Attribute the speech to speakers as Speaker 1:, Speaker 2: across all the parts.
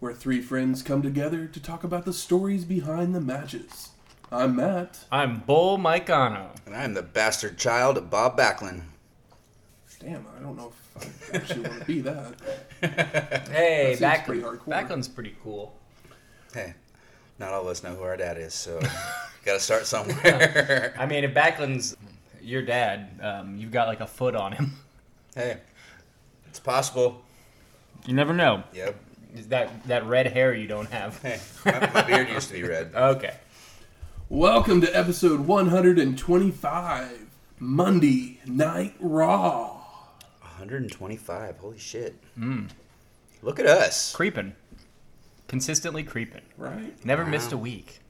Speaker 1: where three friends come together to talk about the stories behind the matches. I'm Matt.
Speaker 2: I'm Bull Micano.
Speaker 3: And I'm the bastard child of Bob Backlund.
Speaker 1: Damn, I don't know if I actually want to be that.
Speaker 2: Hey,
Speaker 1: That
Speaker 2: back,
Speaker 1: seems pretty hardcore.
Speaker 2: Backlund's pretty cool.
Speaker 3: Hey, not all of us know who our dad is, so gotta start somewhere.
Speaker 2: I mean, if Backlund's your dad, um, you've got like a foot on him.
Speaker 3: hey, it's possible.
Speaker 2: You never know.
Speaker 3: Yep.
Speaker 2: That that red hair you don't have.
Speaker 3: Hey, my, my beard used to be red.
Speaker 2: Okay.
Speaker 1: Welcome to episode 125 Monday Night Raw.
Speaker 3: 125. Holy shit.
Speaker 1: Hmm.
Speaker 3: Look at us.
Speaker 2: Creeping. Consistently creeping.
Speaker 1: Right?
Speaker 2: Never missed a week.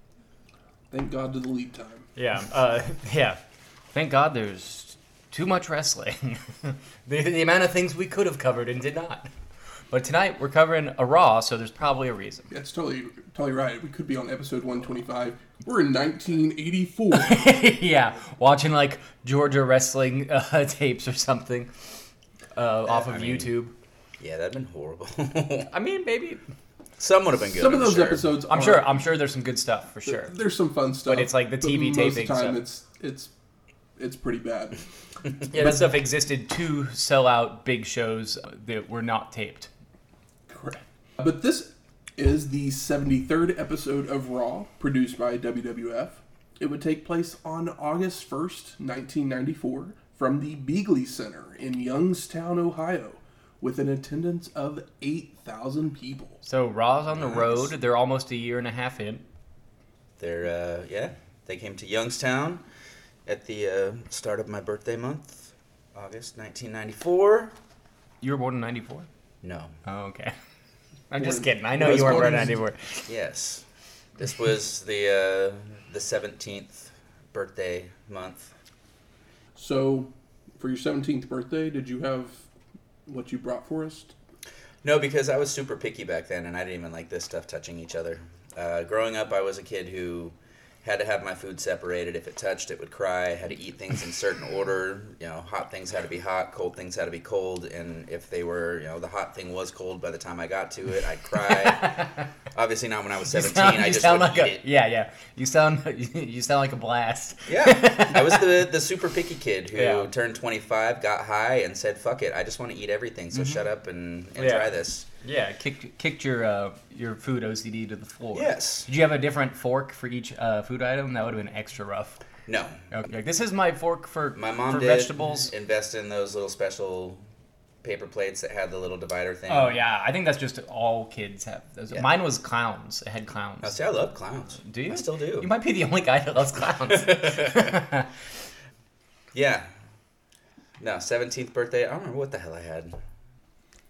Speaker 1: Thank God to the lead time.
Speaker 2: Yeah. Uh, yeah. Thank God there's too much wrestling. the, the amount of things we could have covered and did not. But tonight we're covering a Raw, so there's probably a reason.
Speaker 1: That's totally totally right. We could be on episode 125. We're in 1984.
Speaker 2: yeah, watching like Georgia wrestling uh, tapes or something uh, off of
Speaker 3: I mean-
Speaker 2: YouTube.
Speaker 3: Yeah, that'd been horrible.
Speaker 2: I mean, maybe
Speaker 3: Some would have been good.
Speaker 1: some of
Speaker 3: I'm
Speaker 1: those
Speaker 3: sure.
Speaker 1: episodes.
Speaker 2: I'm
Speaker 1: are-
Speaker 2: sure I'm sure there's some good stuff for sure.
Speaker 1: There's some fun stuff,
Speaker 2: it's like the TV
Speaker 1: most
Speaker 2: taping
Speaker 1: Of the time,
Speaker 2: stuff.
Speaker 1: it's it's it's pretty bad.
Speaker 2: Yeah, that stuff existed to sell out big shows uh, that were not taped.
Speaker 1: Correct. But this is the 73rd episode of Raw, produced by WWF. It would take place on August 1st, 1994, from the Beagley Center in Youngstown, Ohio, with an attendance of 8,000 people.
Speaker 2: So Raw's on the road. They're almost a year and a half in.
Speaker 3: They're, uh, yeah, they came to Youngstown at the uh, start of my birthday month, August 1994.
Speaker 2: You were born in '94.
Speaker 3: No.
Speaker 2: Oh, okay. I'm just
Speaker 1: Born-
Speaker 2: kidding. I know
Speaker 1: I was
Speaker 2: you weren't
Speaker 1: born
Speaker 2: born in
Speaker 1: in-
Speaker 2: '94.
Speaker 3: Yes. This was the uh, the seventeenth birthday month.
Speaker 1: So, for your 17th birthday, did you have what you brought for us?
Speaker 3: No, because I was super picky back then, and I didn't even like this stuff touching each other. Uh, growing up, I was a kid who had to have my food separated. If it touched, it would cry. had to eat things in certain order. You know, hot things had to be hot, cold things had to be cold, and if they were, you know, the hot thing was cold by the time I got to it, I'd cry. Obviously, not when I was seventeen. I just would
Speaker 2: like
Speaker 3: eat
Speaker 2: a
Speaker 3: it.
Speaker 2: yeah, yeah. You sound you sound like a blast.
Speaker 3: Yeah, I was the the super picky kid who
Speaker 2: Yeah.
Speaker 3: turned 25, got high, and said, "Fuck it, I just want to eat everything. So shut up and, and
Speaker 2: Mm-hmm. Yeah.
Speaker 3: try this."
Speaker 2: Yeah, kicked kicked your uh, your food OCD to the floor.
Speaker 3: Yes.
Speaker 2: Did you have a different fork for each uh, food item? That would have been extra rough.
Speaker 3: No,
Speaker 2: Okay, like, this is my fork for
Speaker 3: my mom
Speaker 2: for
Speaker 3: did
Speaker 2: vegetables.
Speaker 3: invest in those little special paper plates that had the little divider thing.
Speaker 2: Oh yeah, I think that's just all kids have. Those.
Speaker 3: Yeah.
Speaker 2: Mine was clowns. It had clowns.
Speaker 3: Now, see, I love clowns.
Speaker 2: do you?
Speaker 3: I still do.
Speaker 2: You might be the only guy that loves clowns.
Speaker 3: Yeah. No, 17th birthday. I don't remember what the hell I had.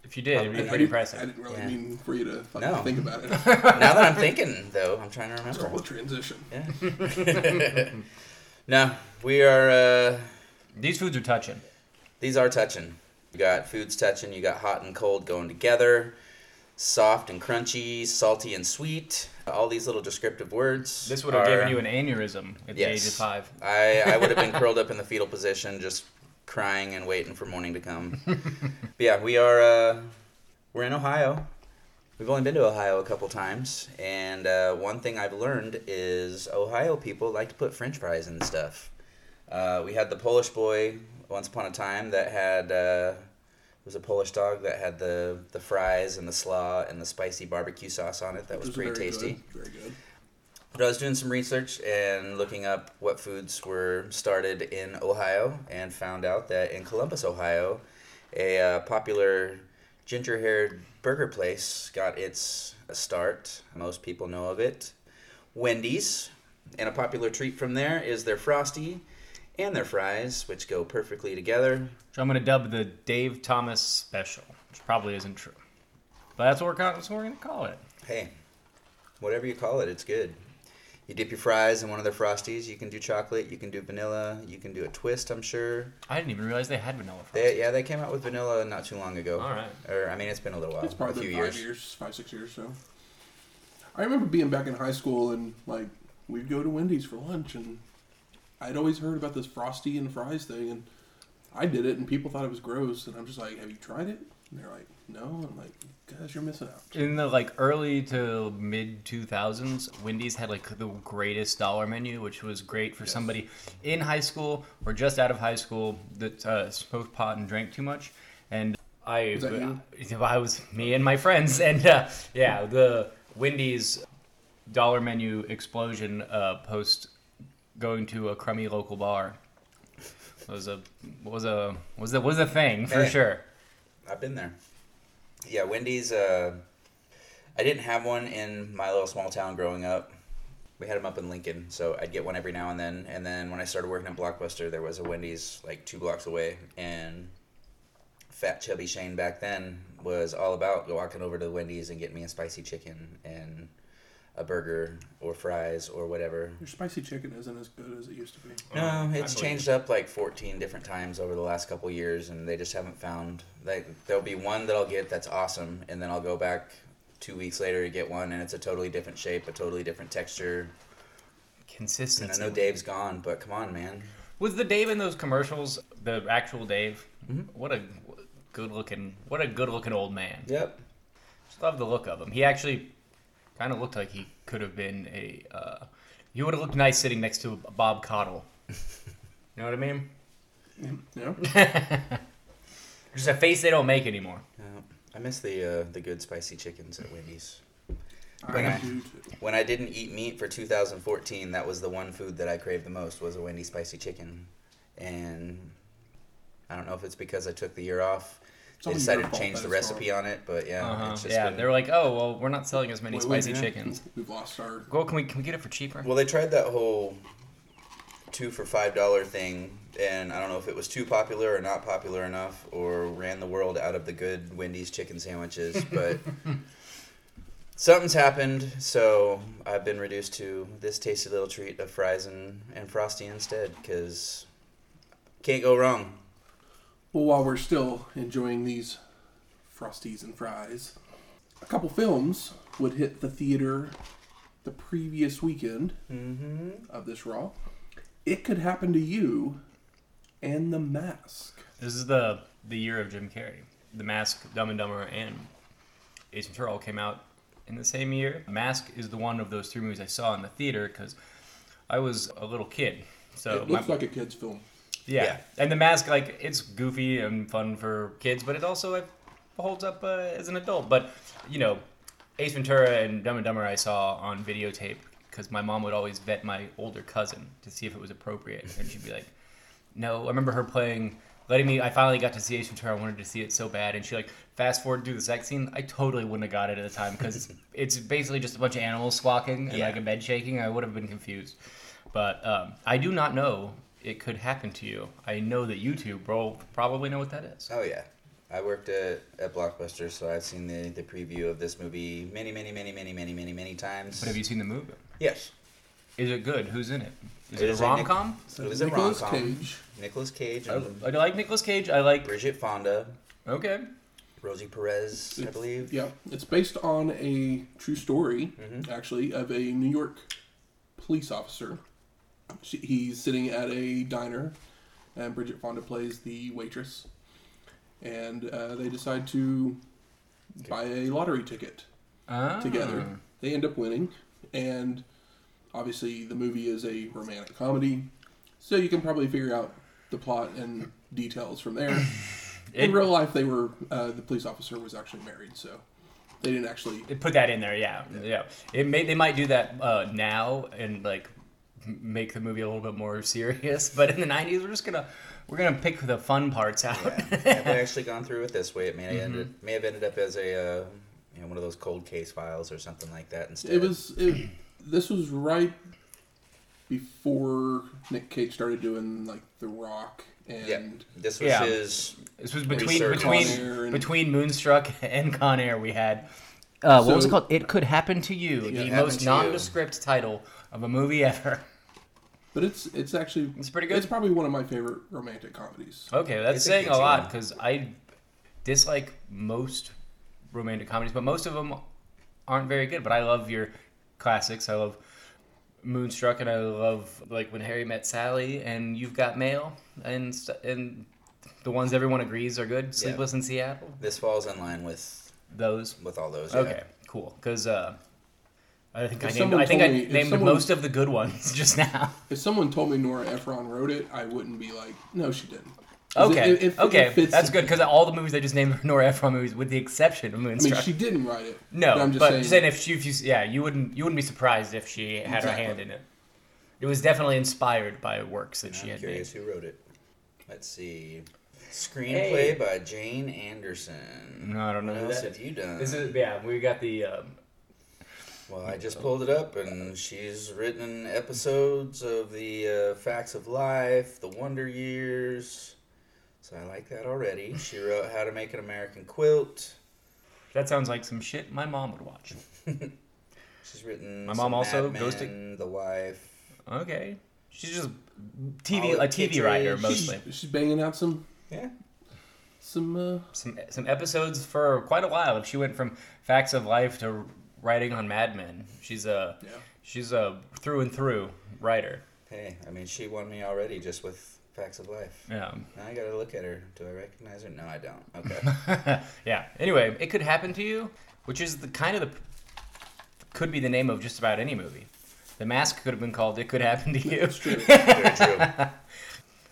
Speaker 2: if you did, it'd
Speaker 1: I
Speaker 2: be
Speaker 1: didn't-
Speaker 2: pretty
Speaker 1: I
Speaker 2: impressive.
Speaker 1: didn't really
Speaker 3: Yeah.
Speaker 1: mean for you to like,
Speaker 3: No.
Speaker 1: think about it. It's
Speaker 3: now that I'm thinking, though, I'm trying to remember.
Speaker 1: all a transition.
Speaker 3: Yeah. no, we are. Uh,
Speaker 2: These foods are touching.
Speaker 3: These are touching. You got foods touching, you got hot and cold going together, soft and crunchy, salty and sweet. All these little descriptive words.
Speaker 2: This would have
Speaker 3: are-
Speaker 2: given you an aneurysm at the age of five.
Speaker 3: I, I would have been curled up in the fetal position, just crying and waiting for morning to come. but yeah, we are. Uh, we're in Ohio. We've only been to Ohio a couple times, and uh, one thing I've learned is Ohio people like to put French fries in stuff. Uh, we had the Polish boy once upon a time that had. Uh, it was a Polish dog that had the, the fries and the slaw and the spicy barbecue sauce on it. That was,
Speaker 1: It was
Speaker 3: pretty
Speaker 1: very
Speaker 3: tasty.
Speaker 1: good, Very good.
Speaker 3: But I was doing some research and looking up what foods were started in Ohio and found out that in Columbus, Ohio, a uh, popular ginger haired burger place got its start. Most people know of it. Wendy's. And a popular treat from there is their Frosty and their fries, which go perfectly together.
Speaker 2: So I'm gonna dub the Dave Thomas special, which probably isn't true, but that's what we're, co- that's what we're gonna call it.
Speaker 3: Hey, whatever you call it, it's good. You dip your fries in one of their frosties. You can do chocolate. You can do vanilla. You can do a twist. I'm sure.
Speaker 2: I didn't even realize they had vanilla fries.
Speaker 3: They, yeah, they came out with vanilla not too long ago.
Speaker 2: All right.
Speaker 3: Or I mean, it's been a little while.
Speaker 1: It's probably
Speaker 3: a few
Speaker 1: been five
Speaker 3: years.
Speaker 1: years. five, six years. So I remember being back in high school and like we'd go to Wendy's for lunch, and I'd always heard about this frosty and fries thing, and I did it, and people thought it was gross, and I'm just like, "Have you tried it?" And they're like, "No." and I'm like, "Guys, you're missing out."
Speaker 2: In the like early to mid 2000s, Wendy's had like the greatest dollar menu, which was great for somebody in high school or just out of high school that uh, smoked pot and drank too much. And I,
Speaker 1: that you?
Speaker 2: I was me and my friends, and uh, yeah, the Wendy's dollar menu explosion uh, post going to a crummy local bar was a was a was a was a thing for
Speaker 3: Hey.
Speaker 2: sure.
Speaker 3: I've been there. Yeah, Wendy's. Uh, I didn't have one in my little small town growing up. We had them up in Lincoln, so I'd get one every now and then. And then when I started working at Blockbuster, there was a Wendy's like two blocks away, and fat chubby Shane back then was all about walking over to Wendy's and getting me a spicy chicken and a burger or fries or whatever.
Speaker 1: Your spicy chicken isn't as good as it used to be.
Speaker 3: No,
Speaker 2: Um, I
Speaker 3: it's
Speaker 2: believe
Speaker 3: changed up like 14 different times over the last couple years, and they just haven't found. Like, there'll be one that I'll get that's awesome, and then I'll go back two weeks later to get one, and it's a totally different shape, a totally different texture. And I
Speaker 2: Consistency.
Speaker 3: know Dave's gone, but come on, man.
Speaker 2: Was the Dave in those commercials the actual Dave? What a good looking, what a good looking old man.
Speaker 3: Yep.
Speaker 2: Just love the look of him. He actually kind of looked like he could have been a. Uh, he would have looked nice sitting next to Bob Cottle. you know what I mean?
Speaker 1: Yeah.
Speaker 2: Just a face they don't make anymore.
Speaker 3: Yeah. I miss the uh, the good spicy chickens at Wendy's.
Speaker 1: I do too.
Speaker 3: When I didn't eat meat for 2014, that was the one food that I craved the most was a Wendy's spicy chicken, and I don't know if it's because I took the year off.
Speaker 1: It's
Speaker 3: They
Speaker 1: all your
Speaker 3: decided to
Speaker 1: fault
Speaker 3: change
Speaker 1: that
Speaker 3: the
Speaker 1: it's
Speaker 3: recipe on it, but yeah,
Speaker 2: Uh-huh.
Speaker 3: it's just
Speaker 2: Yeah,
Speaker 3: been-
Speaker 2: they were like, oh well, we're not selling as many
Speaker 1: Wait, wait,
Speaker 2: spicy
Speaker 1: yeah.
Speaker 2: chickens.
Speaker 1: We've lost our.
Speaker 2: Well, can we can we get it for cheaper?
Speaker 3: Well, they tried that whole two for five dollar thing, and I don't know if it was too popular or not popular enough, or ran the world out of the good Wendy's chicken sandwiches. But something's happened, so I've been reduced to this tasty little treat of fries and, and frosty instead, because can't go wrong.
Speaker 1: Well, while we're still enjoying these frosties and fries, a couple films would hit the theater the previous weekend
Speaker 3: Mm-hmm.
Speaker 1: of this Raw. It could happen to you, and The Mask.
Speaker 2: This is the the year of Jim Carrey. The Mask, Dumb and Dumber, and Ace Ventura all came out in the same year. Mask is the one of those three movies I saw in the theater because I was a little kid.
Speaker 3: Oh,
Speaker 2: So
Speaker 1: it
Speaker 2: my-
Speaker 1: looks like a kids' film.
Speaker 2: yeah.
Speaker 3: Yeah.
Speaker 2: and the mask like it's goofy and fun for kids, but it also like, holds up uh, as an adult. But you know, Ace Ventura and Dumb and Dumber I saw on videotape because my mom would always vet my older cousin to see if it was appropriate, and she'd be like, "No." I remember her playing. Letting me, I finally got to see Ace Ventura. I wanted to see it so bad, and she like fast forward through the sex scene. I totally wouldn't have got it at the time because it's basically just a bunch of animals squawking and
Speaker 3: Yeah.
Speaker 2: like a bed shaking. I would have been confused. But um, I do not know it could happen to you. I know that you two bro, probably know what that is.
Speaker 3: Oh yeah, I worked at, at Blockbuster, so I've seen the, the preview of this movie many, many, many, many, many, many, many times.
Speaker 2: But have you seen the movie?
Speaker 3: Yes.
Speaker 2: Is it good? Who's in it? Is
Speaker 3: It
Speaker 2: it,
Speaker 3: is
Speaker 2: a
Speaker 3: a
Speaker 2: rom
Speaker 3: Nick-
Speaker 2: com?
Speaker 3: It was a
Speaker 1: Nicolas
Speaker 3: rom-com.
Speaker 1: Cage.
Speaker 3: Nicolas Cage
Speaker 2: I,
Speaker 1: Oh.
Speaker 3: and
Speaker 2: I like Nicolas Cage. I like.
Speaker 3: Bridget Fonda,
Speaker 2: Okay.
Speaker 3: Rosie Perez, I believe. Mm-hmm.
Speaker 1: Yeah, it's based on a true story, actually, of a New York police officer. She, he's sitting at a diner, and Bridget Fonda plays the waitress, and uh, they decide to buy a lottery ticket
Speaker 2: Ah.
Speaker 1: together. They end up winning, and obviously the movie is a romantic comedy, so you can probably figure out the plot and details from there. In
Speaker 2: It-
Speaker 1: real life, they were uh, the police officer was actually married, so they didn't actually.
Speaker 2: It put that in there, yeah, yeah. It may they might do that uh, now and like m- make the movie a little bit more serious. But in the '90s, we're just gonna we're gonna pick the fun parts out.
Speaker 3: Have they actually gone through with this way? It may,
Speaker 1: Mm-hmm.
Speaker 3: have ended, may have ended up as a uh, you know, one of those cold case files or something like that instead.
Speaker 1: It was it, this was right before Nick Cage started doing like The Rock and
Speaker 3: Yeah, this was
Speaker 2: Yeah.
Speaker 3: his.
Speaker 2: This was between
Speaker 3: Research.
Speaker 2: between
Speaker 1: Con Air and-
Speaker 2: between Moonstruck and Con Air. We had Uh, what was it
Speaker 1: So-
Speaker 2: called? It could happen to you. the
Speaker 3: Happened
Speaker 2: most
Speaker 3: to You.
Speaker 2: nondescript title of a movie ever.
Speaker 1: But it's it's actually
Speaker 2: It's pretty good.
Speaker 1: It's probably one of my favorite romantic comedies.
Speaker 2: Okay, that's
Speaker 3: It's a
Speaker 2: saying a
Speaker 3: good
Speaker 2: lot
Speaker 3: one.
Speaker 2: because I dislike most romantic comedies, but most of them aren't very good. But I love your classics. I love Moonstruck, and I love like When Harry Met Sally, and You've Got Mail, and st- and the ones everyone agrees are good. Sleepless in Seattle.
Speaker 3: This falls in line with
Speaker 2: Those.
Speaker 3: with all those. yeah.
Speaker 2: Okay, cool. Because uh, I think I
Speaker 1: If
Speaker 2: named
Speaker 1: someone
Speaker 2: I think I
Speaker 1: told me- if
Speaker 2: named
Speaker 1: someone-
Speaker 2: most of the good ones just now.
Speaker 1: If someone told me Nora Ephron wrote it, I wouldn't be like, no, she didn't. 'Cause
Speaker 2: Okay,
Speaker 1: it- it- it
Speaker 2: okay,
Speaker 1: fits-
Speaker 2: that's good because all the movies they just named are Nora Ephron movies, with the exception of
Speaker 1: I mean,
Speaker 2: Moonstruck.
Speaker 1: she didn't write it.
Speaker 2: No,
Speaker 1: but I'm just saying.
Speaker 2: if she, if you, yeah, you wouldn't, you wouldn't be surprised if she had
Speaker 1: Exactly.
Speaker 2: her hand in it. It was definitely inspired by works that she
Speaker 3: I'm
Speaker 2: had
Speaker 3: curious
Speaker 2: made.
Speaker 3: who wrote it. Let's see. Screenplay by Jane Anderson.
Speaker 2: No, I don't know
Speaker 3: What
Speaker 2: who
Speaker 3: else
Speaker 2: that
Speaker 3: have you done?
Speaker 2: This is yeah, we got the um,
Speaker 3: well, I just pulled it up, and she's written episodes of the uh, Facts of Life, The Wonder Years. So I like that already. She wrote How to Make an American Quilt.
Speaker 2: that sounds like some shit my mom would watch.
Speaker 3: She's written.
Speaker 2: My mom
Speaker 3: some
Speaker 2: also
Speaker 3: Mad
Speaker 2: goes to-
Speaker 3: Men, The Wife.
Speaker 2: Okay, she's just TV
Speaker 3: Olive
Speaker 2: a TV
Speaker 3: Kittredge.
Speaker 2: writer
Speaker 1: she's,
Speaker 2: mostly.
Speaker 1: she's banging out some
Speaker 3: Yeah.
Speaker 1: some. Uh,
Speaker 2: Some some episodes for quite a while. If she went from Facts of Life to writing on Mad Men, she's a
Speaker 1: Yeah.
Speaker 2: she's a through and through writer.
Speaker 3: Hey, I mean, she won me already just with Facts of Life.
Speaker 2: Yeah.
Speaker 3: Now I gotta look at her. Do I recognize her? No, I don't. Okay.
Speaker 2: yeah. Anyway, it could happen to you, which is the kind of the could be the name of just about any movie. The Mask could have been called "It Could Happen to You."
Speaker 1: it's true.
Speaker 3: Very true.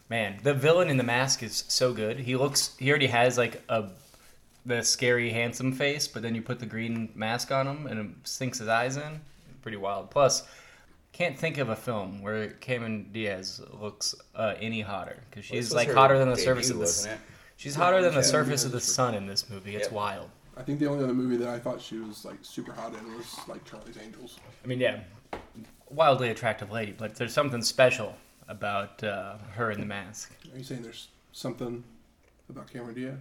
Speaker 2: Man, the villain in The Mask is so good. He looks, he already has like a the scary handsome face, but then you put the green mask on him and it sinks his eyes in. Pretty wild. Plus, can't think of a film where Cameron Diaz looks uh, any hotter because
Speaker 3: Well, this
Speaker 2: she's
Speaker 3: was
Speaker 2: like
Speaker 3: her
Speaker 2: hotter than the
Speaker 3: debut,
Speaker 2: surface of the s-
Speaker 3: wasn't it?
Speaker 2: she's hotter than the
Speaker 3: Yeah.
Speaker 2: surface of the sun in this movie. It's
Speaker 3: Yep.
Speaker 2: wild.
Speaker 1: I think the only other movie that I thought she was like super hot in was like Charlie's Angels.
Speaker 2: I mean, yeah, wildly attractive lady, but there's something special about uh, her in the mask.
Speaker 1: Are you saying there's something about Cameron Diaz?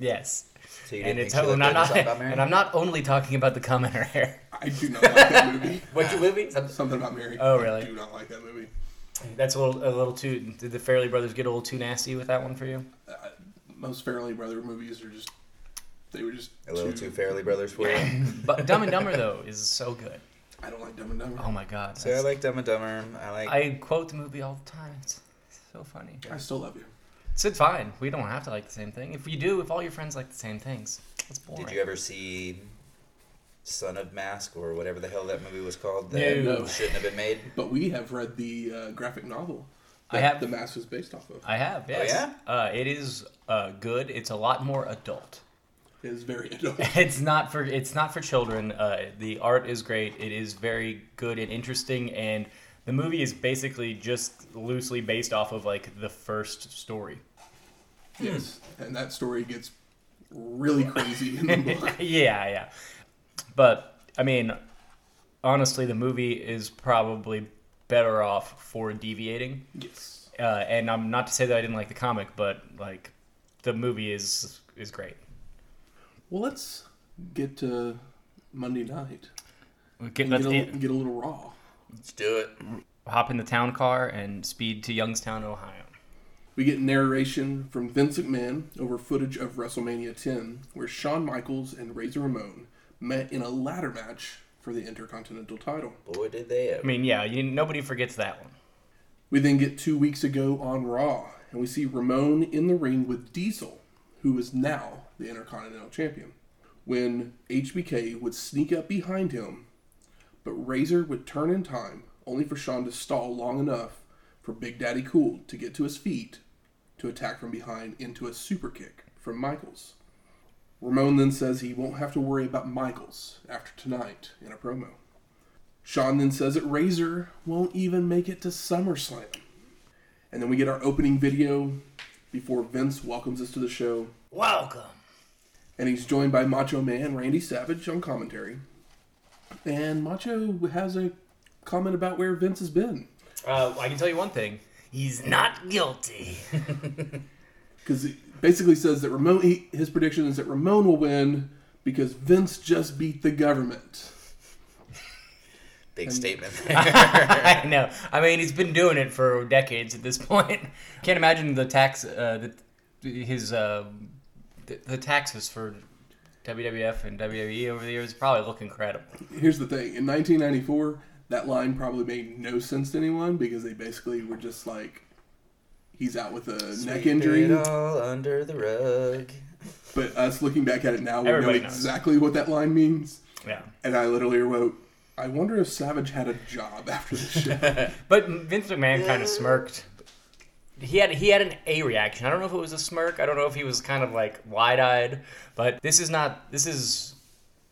Speaker 2: Yes,
Speaker 3: Hmm. So you
Speaker 2: and
Speaker 3: didn't
Speaker 2: it's
Speaker 3: think she
Speaker 2: and I'm,
Speaker 3: looked
Speaker 2: not,
Speaker 3: good about Mary?
Speaker 2: and I'm not only talking about the commenter here.
Speaker 1: I do not like that movie.
Speaker 2: What you movie?
Speaker 1: Something about Mary.
Speaker 2: Oh,
Speaker 1: I
Speaker 2: really?
Speaker 1: do not like that movie.
Speaker 2: That's a little, a little too. Did the Fairley Brothers get a little too nasty with that one for you?
Speaker 1: Most Fairly Brother movies are just they were just
Speaker 3: a little too Fairly Brothers for you.
Speaker 2: But Dumb and Dumber though is so good.
Speaker 1: I don't like Dumb and Dumber.
Speaker 2: Oh my god,
Speaker 3: So I
Speaker 2: that's-
Speaker 3: like Dumb and Dumber. I like.
Speaker 2: I quote the movie all the time. It's so funny.
Speaker 1: I still love you.
Speaker 2: It's fine. We don't have to like the same thing. If you do, if all your friends like the same things, it's boring.
Speaker 3: Did you ever see Son of Mask or whatever the hell that movie was called? That
Speaker 2: No.
Speaker 3: shouldn't have been made.
Speaker 1: But we have read the uh, graphic novel
Speaker 2: I
Speaker 1: that
Speaker 2: have-
Speaker 1: the mask was based off of.
Speaker 2: I have. Yes.
Speaker 3: Oh, yeah?
Speaker 2: Uh, it is uh, good. It's a lot more adult.
Speaker 1: It is very adult.
Speaker 2: It's not for it's not for children. Uh, the art is great. It is very good and interesting, and the movie is basically just loosely based off of like the first story.
Speaker 1: yes, and that story gets really crazy in the book.
Speaker 2: yeah, yeah. But I mean, honestly, the movie is probably better off for deviating.
Speaker 1: Yes,
Speaker 2: Uh, and I'm not to say that I didn't like the comic, but like the movie is is great.
Speaker 1: Well, let's get to Monday night.
Speaker 2: Get,
Speaker 1: And
Speaker 2: let's
Speaker 1: get, a, get a little raw.
Speaker 3: Let's do it.
Speaker 2: hop in the town car and speed to Youngstown, Ohio.
Speaker 1: We get narration from Vince McMahon over footage of WrestleMania 10, where Shawn Michaels and Razor Ramon met in a ladder match for the Intercontinental title.
Speaker 3: Boy, did they
Speaker 2: I
Speaker 3: ever.
Speaker 2: mean, yeah, you, nobody forgets that one.
Speaker 1: We then get two weeks ago on Raw, and we see Ramon in the ring with Diesel, who is now the Intercontinental Champion, when HBK would sneak up behind him, but Razor would turn in time, only for Sean to stall long enough for Big Daddy Cool to get to his feet to attack from behind into a super kick from Michaels. Ramon then says he won't have to worry about Michaels after tonight in a promo. Sean then says that Razor won't even make it to SummerSlam. And then we get our opening video before Vince welcomes us to the show.
Speaker 2: Welcome.
Speaker 1: And he's joined by Macho Man Randy Savage on commentary. And Macho has a comment about where Vince has been.
Speaker 2: Uh, I can tell you one thing. He's not guilty.
Speaker 1: Because it basically says that Ramon, he, his prediction is that Ramon will win, because Vince just beat the government.
Speaker 3: Big statement there.
Speaker 2: I know. I mean, he's been doing it for decades at this point. Can't imagine the tax, uh, the, his, uh, the, the taxes for WWF and WWE over the years probably look incredible.
Speaker 1: Here's the thing in 1994, that line probably made no sense to anyone because they basically were just like, he's out with a neck
Speaker 3: Sweep
Speaker 1: injury.
Speaker 3: it all under the rug.
Speaker 1: But us looking back at it now, we
Speaker 2: Everybody
Speaker 1: know
Speaker 2: knows.
Speaker 1: exactly what that line means.
Speaker 2: Yeah.
Speaker 1: And I literally wrote, I wonder if Savage had a job after this show.
Speaker 2: But Vince McMahon kind of smirked. He had he had an A reaction. I don't know if it was a smirk. I don't know if he was kind of like wide eyed. But this is not. This is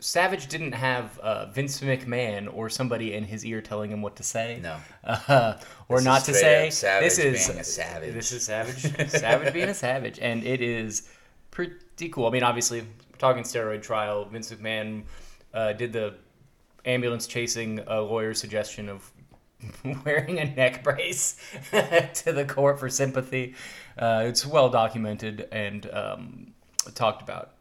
Speaker 2: Savage didn't have uh, Vince McMahon or somebody in his ear telling him what to say.
Speaker 3: No.
Speaker 2: Uh, or
Speaker 3: This
Speaker 2: not
Speaker 3: is
Speaker 2: to
Speaker 3: straight
Speaker 2: say.
Speaker 3: up Savage
Speaker 2: this is
Speaker 3: being a savage.
Speaker 2: This is savage. savage being a savage, and it is pretty cool. I mean, obviously, we're talking steroid trial. Vince McMahon uh, did the ambulance chasing a lawyer's suggestion of wearing a neck brace to the court for sympathy. Uh, it's well documented and um, talked about.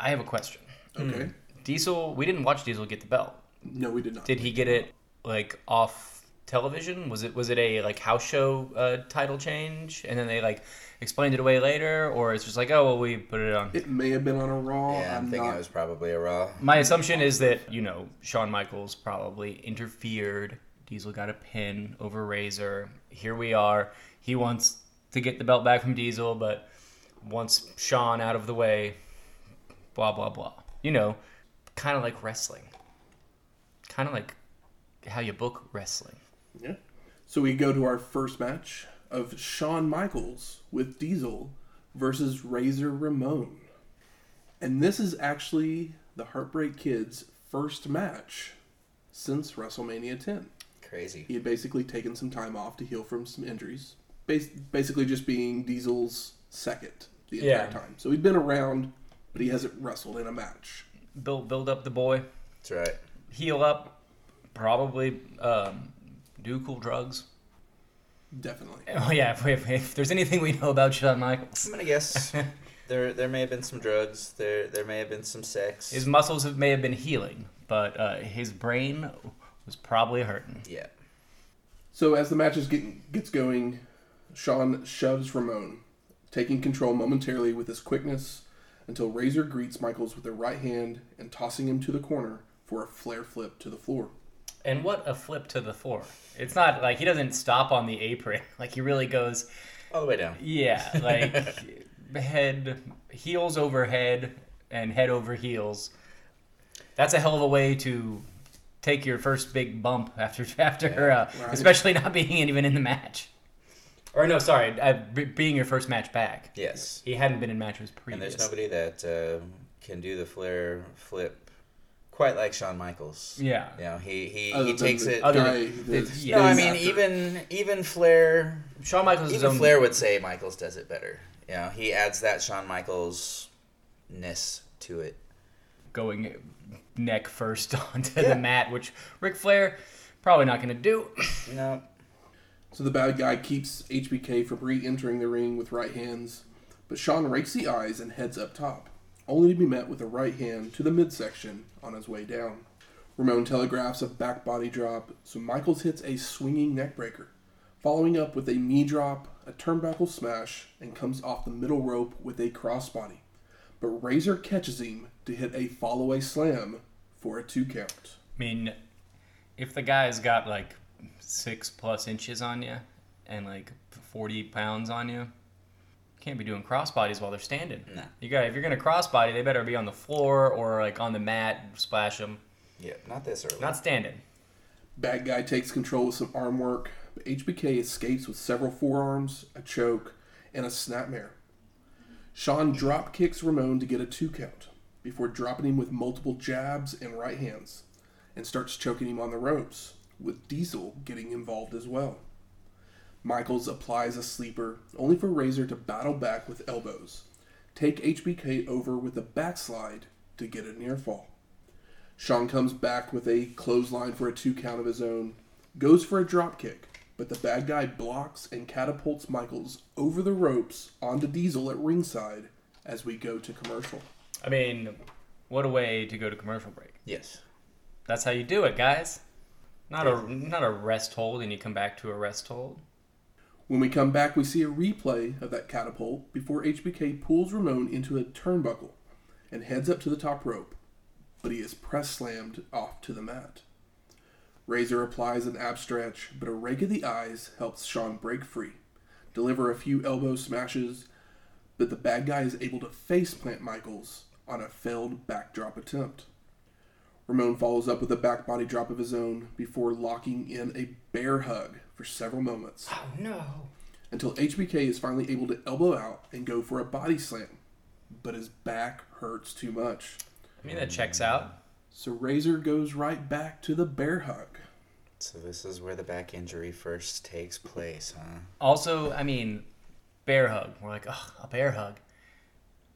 Speaker 2: I have a question.
Speaker 3: Hmm.
Speaker 1: Okay.
Speaker 2: Diesel, we didn't watch Diesel get the belt.
Speaker 1: No, we did not.
Speaker 2: Did he get it like off television? Was it was it a like house show uh, title change, and then they like explained it away later, or it's just like oh well we put it on.
Speaker 1: It may have been on a Raw.
Speaker 3: Yeah, I'm
Speaker 1: I'm
Speaker 3: thinking
Speaker 1: not.
Speaker 3: it was probably a Raw.
Speaker 2: My assumption is that you know Shawn Michaels probably interfered. Diesel got a pin over Razor. Here we are. He wants to get the belt back from Diesel, but wants Shawn out of the way. Blah blah blah. You know, kind of like wrestling. Kind of like how you book wrestling.
Speaker 1: Yeah. So we go to our first match of Shawn Michaels with Diesel versus Razor Ramon. And this is actually the Heartbreak Kid's first match since WrestleMania 10. He
Speaker 3: Crazy.
Speaker 1: had basically taken some time off to heal from some injuries, bas- basically just being Diesel's second the entire
Speaker 2: Yeah.
Speaker 1: time. So he'd been around, but he hasn't wrestled in a match.
Speaker 2: build build up the boy,
Speaker 3: That's right.
Speaker 2: heal up, probably um, do cool drugs.
Speaker 1: Definitely.
Speaker 2: Oh yeah, if, if, if there's anything we know about Shawn Michaels,
Speaker 3: I'm gonna guess there there may have been some drugs. There there may have been some sex.
Speaker 2: his muscles have, may have been healing, but uh, his brain was probably hurting.
Speaker 3: yeah.
Speaker 1: So as the match is getting, gets going, Sean shoves Ramon, taking control momentarily with his quickness until Razor greets Michaels with a right hand and tossing him to the corner for a flare flip to the floor.
Speaker 2: And what a flip to the floor! It's not like he doesn't stop on the apron. Like he really goes,
Speaker 3: All the way down.
Speaker 2: yeah, like head heels over head and head over heels. That's a hell of a way to take your first big bump after after, uh,
Speaker 1: right.
Speaker 2: especially not being even in the match. Or no, sorry, uh, be- being your first match back.
Speaker 3: Yes.
Speaker 2: He hadn't been in matches
Speaker 3: And
Speaker 2: previous.
Speaker 3: there's nobody that uh, can do the flare flip quite like Shawn Michaels.
Speaker 2: Yeah.
Speaker 3: You know, he he,
Speaker 1: Other
Speaker 3: he
Speaker 1: than
Speaker 3: takes
Speaker 1: the
Speaker 3: it.
Speaker 2: Other-
Speaker 1: guy that
Speaker 2: it's-
Speaker 3: no, I
Speaker 1: stays
Speaker 3: mean
Speaker 1: after.
Speaker 3: even even Flair
Speaker 2: Shawn Michaels is his
Speaker 3: even
Speaker 2: own.
Speaker 3: Flair would say Michaels does it better. You know, he adds that Shawn Michaels ness to it.
Speaker 2: going neck first onto
Speaker 3: Yeah.
Speaker 2: the mat, which Ric Flair probably not going to do.
Speaker 3: No.
Speaker 1: So the bad guy keeps HBK from re-entering the ring with right hands, but Sean rakes the eyes and heads up top, only to be met with a right hand to the midsection on his way down. Ramon telegraphs a back body drop, so Michaels hits a swinging neckbreaker, following up with a knee drop, a turnbuckle smash, and comes off the middle rope with a crossbody. But Razor catches him to hit a follow slam for a two count.
Speaker 2: I mean, if the guy's got like six plus inches on you and like 40 pounds on you, can't be doing crossbodies while they're standing.
Speaker 3: No.
Speaker 2: You got to if you're gonna crossbody, they better be on the floor or like on the mat, splash them.
Speaker 3: Yeah, not this early.
Speaker 2: Not standing.
Speaker 1: Bad guy takes control with some arm work, but HBK escapes with several forearms, a choke, and a snapmare. Sean drop kicks Ramon to get a two count before dropping him with multiple jabs and right hands and starts choking him on the ropes, with Diesel getting involved as well. Michaels applies a sleeper, only for Razor to battle back with elbows, take HBK over with a backslide to get a near fall. Sean comes back with a clothesline for a two count of his own, goes for a drop kick, but the bad guy blocks and catapults Michaels over the ropes onto Diesel at ringside as we go to commercial.
Speaker 2: I mean, What a way to go to commercial break.
Speaker 3: Yes.
Speaker 2: That's how you do it, guys. Not a not a rest hold, and you come back to a rest hold.
Speaker 1: When we come back, we see a replay of that catapult before HBK pulls Ramon into a turnbuckle and heads up to the top rope, but he is press slammed off to the mat. Razor applies an ab stretch, but a rake of the eyes helps Sean break free, deliver a few elbow smashes, but the bad guy is able to faceplant Michaels on a failed backdrop attempt. Ramon follows up with a back body drop of his own before locking in a bear hug for several moments
Speaker 2: Oh no!
Speaker 1: until HBK is finally able to elbow out and go for a body slam, but his back hurts too much.
Speaker 2: I mean that checks out.
Speaker 1: So Razor goes right back to the bear hug.
Speaker 3: So this is where the back injury first takes place, huh?
Speaker 2: Also, I mean, bear hug. We're like, oh, a bear hug.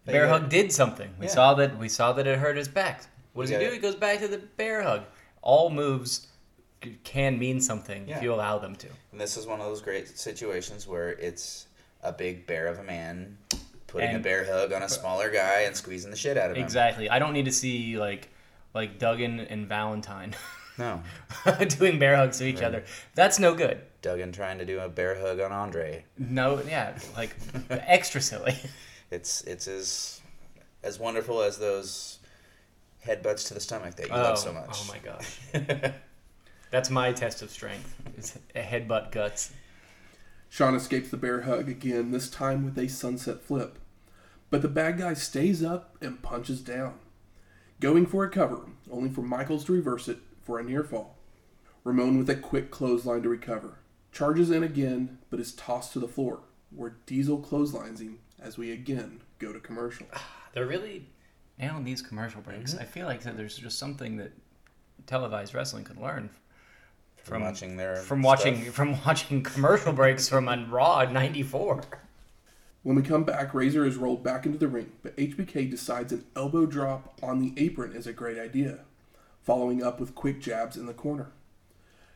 Speaker 2: The
Speaker 3: They
Speaker 2: bear
Speaker 3: got-
Speaker 2: hug did something. We
Speaker 3: Yeah.
Speaker 2: saw that. We saw that it hurt his back. What does
Speaker 3: You
Speaker 2: he
Speaker 3: got
Speaker 2: do?
Speaker 3: it.
Speaker 2: He goes back to the bear hug. All moves c- can mean something
Speaker 3: Yeah.
Speaker 2: if you allow them to.
Speaker 3: And this is one of those great situations where it's a big bear of a man putting a
Speaker 2: And-
Speaker 3: bear hug
Speaker 1: uh,
Speaker 3: on a smaller guy and squeezing the shit out of him.
Speaker 2: Exactly. I don't need to see like like Duggan and Valentine
Speaker 3: No.
Speaker 2: doing bear hugs to each other. That's no good.
Speaker 3: Duggan trying to do a bear hug on Andre.
Speaker 2: No, yeah, like extra silly.
Speaker 3: It's it's as as wonderful as those headbutts to the stomach that you
Speaker 2: oh,
Speaker 3: love so much.
Speaker 2: oh my gosh, that's my test of strength. Is a headbutt guts.
Speaker 1: Sean escapes the bear hug again, this time with a sunset flip. But the bad guy stays up and punches down, going for a cover, only for Michaels to reverse it for a near fall. Ramon with a quick clothesline to recover, charges in again, but is tossed to the floor, where Diesel clotheslines him as we again go to commercial.
Speaker 2: They're really Mm-hmm. nailing these commercial breaks. I feel like that there's just something that televised wrestling could learn
Speaker 3: From, watching their
Speaker 2: from watching
Speaker 3: stuff.
Speaker 2: from watching commercial breaks from on Raw in '94.
Speaker 1: When we come back, Razor is rolled back into the ring, but HBK decides an elbow drop on the apron is a great idea, following up with quick jabs in the corner.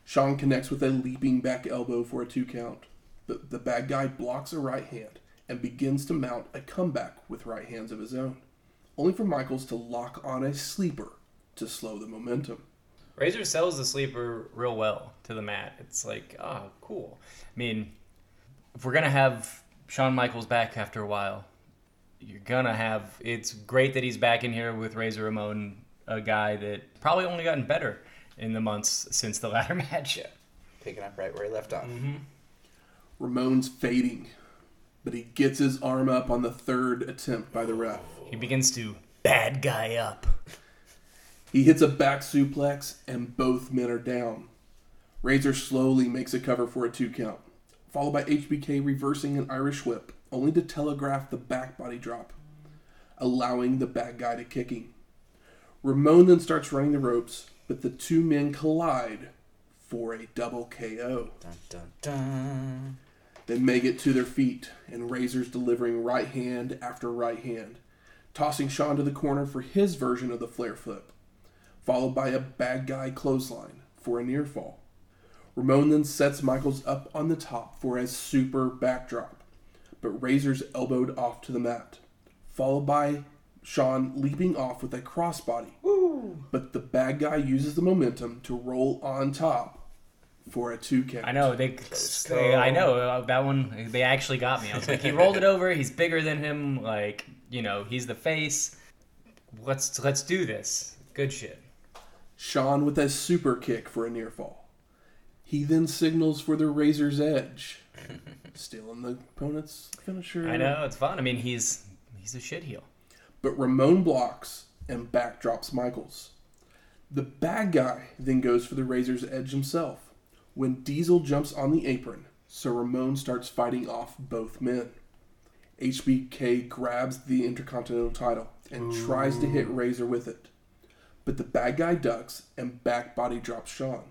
Speaker 1: Sean connects with a leaping back elbow for a two count, but the bad guy blocks a right hand and begins to mount a comeback with right hands of his own, only for Michaels to lock on a sleeper to slow the momentum.
Speaker 2: Razor sells the sleeper real well to the mat. It's like, oh, cool. I mean, if we're gonna have Shawn Michaels back after a while, you're gonna have. It's great that he's back in here with Razor Ramon, a guy that probably only gotten better in the months since the latter match.
Speaker 3: picking up right where he left off.
Speaker 2: Mm-hmm.
Speaker 1: Ramon's fading, but he gets his arm up on the third attempt by the ref.
Speaker 2: He begins to bad guy up.
Speaker 1: He hits a back suplex, and both men are down. Razor slowly makes a cover for a two count, followed by HBK reversing an Irish whip, only to telegraph the back body drop, allowing the bad guy to kick him. Ramon then starts running the ropes, but the two men collide for a double KO.
Speaker 3: Dun, dun, dun.
Speaker 1: They make it to their feet, and Razor's delivering right hand after right hand, tossing Sean to the corner for his version of the flare flip, followed by a bad guy clothesline for a near fall. Ramon then sets Michaels up on the top for a super backdrop, but Razor's elbowed off to the mat, followed by Sean leaping off with a crossbody. But the bad guy uses the momentum to roll on top for a two count.
Speaker 2: I know they.
Speaker 3: call.
Speaker 2: they I know uh, that one. They actually got me. I was like, he rolled it over. He's bigger than him. Like you know, he's the face. Let's let's do this. Good shit.
Speaker 1: Sean with a super kick for a near fall. He then signals for the Razor's Edge, stealing the opponent's finisher.
Speaker 2: I know it's fun. I mean, he's he's a shit heel.
Speaker 1: But Ramon blocks and backdrops Michaels. The bad guy then goes for the Razor's Edge himself when Diesel jumps on the apron, so Ramon starts fighting off both men. HBK grabs the Intercontinental title and tries to hit Razor with it. But the bad guy ducks and back body drops Sean.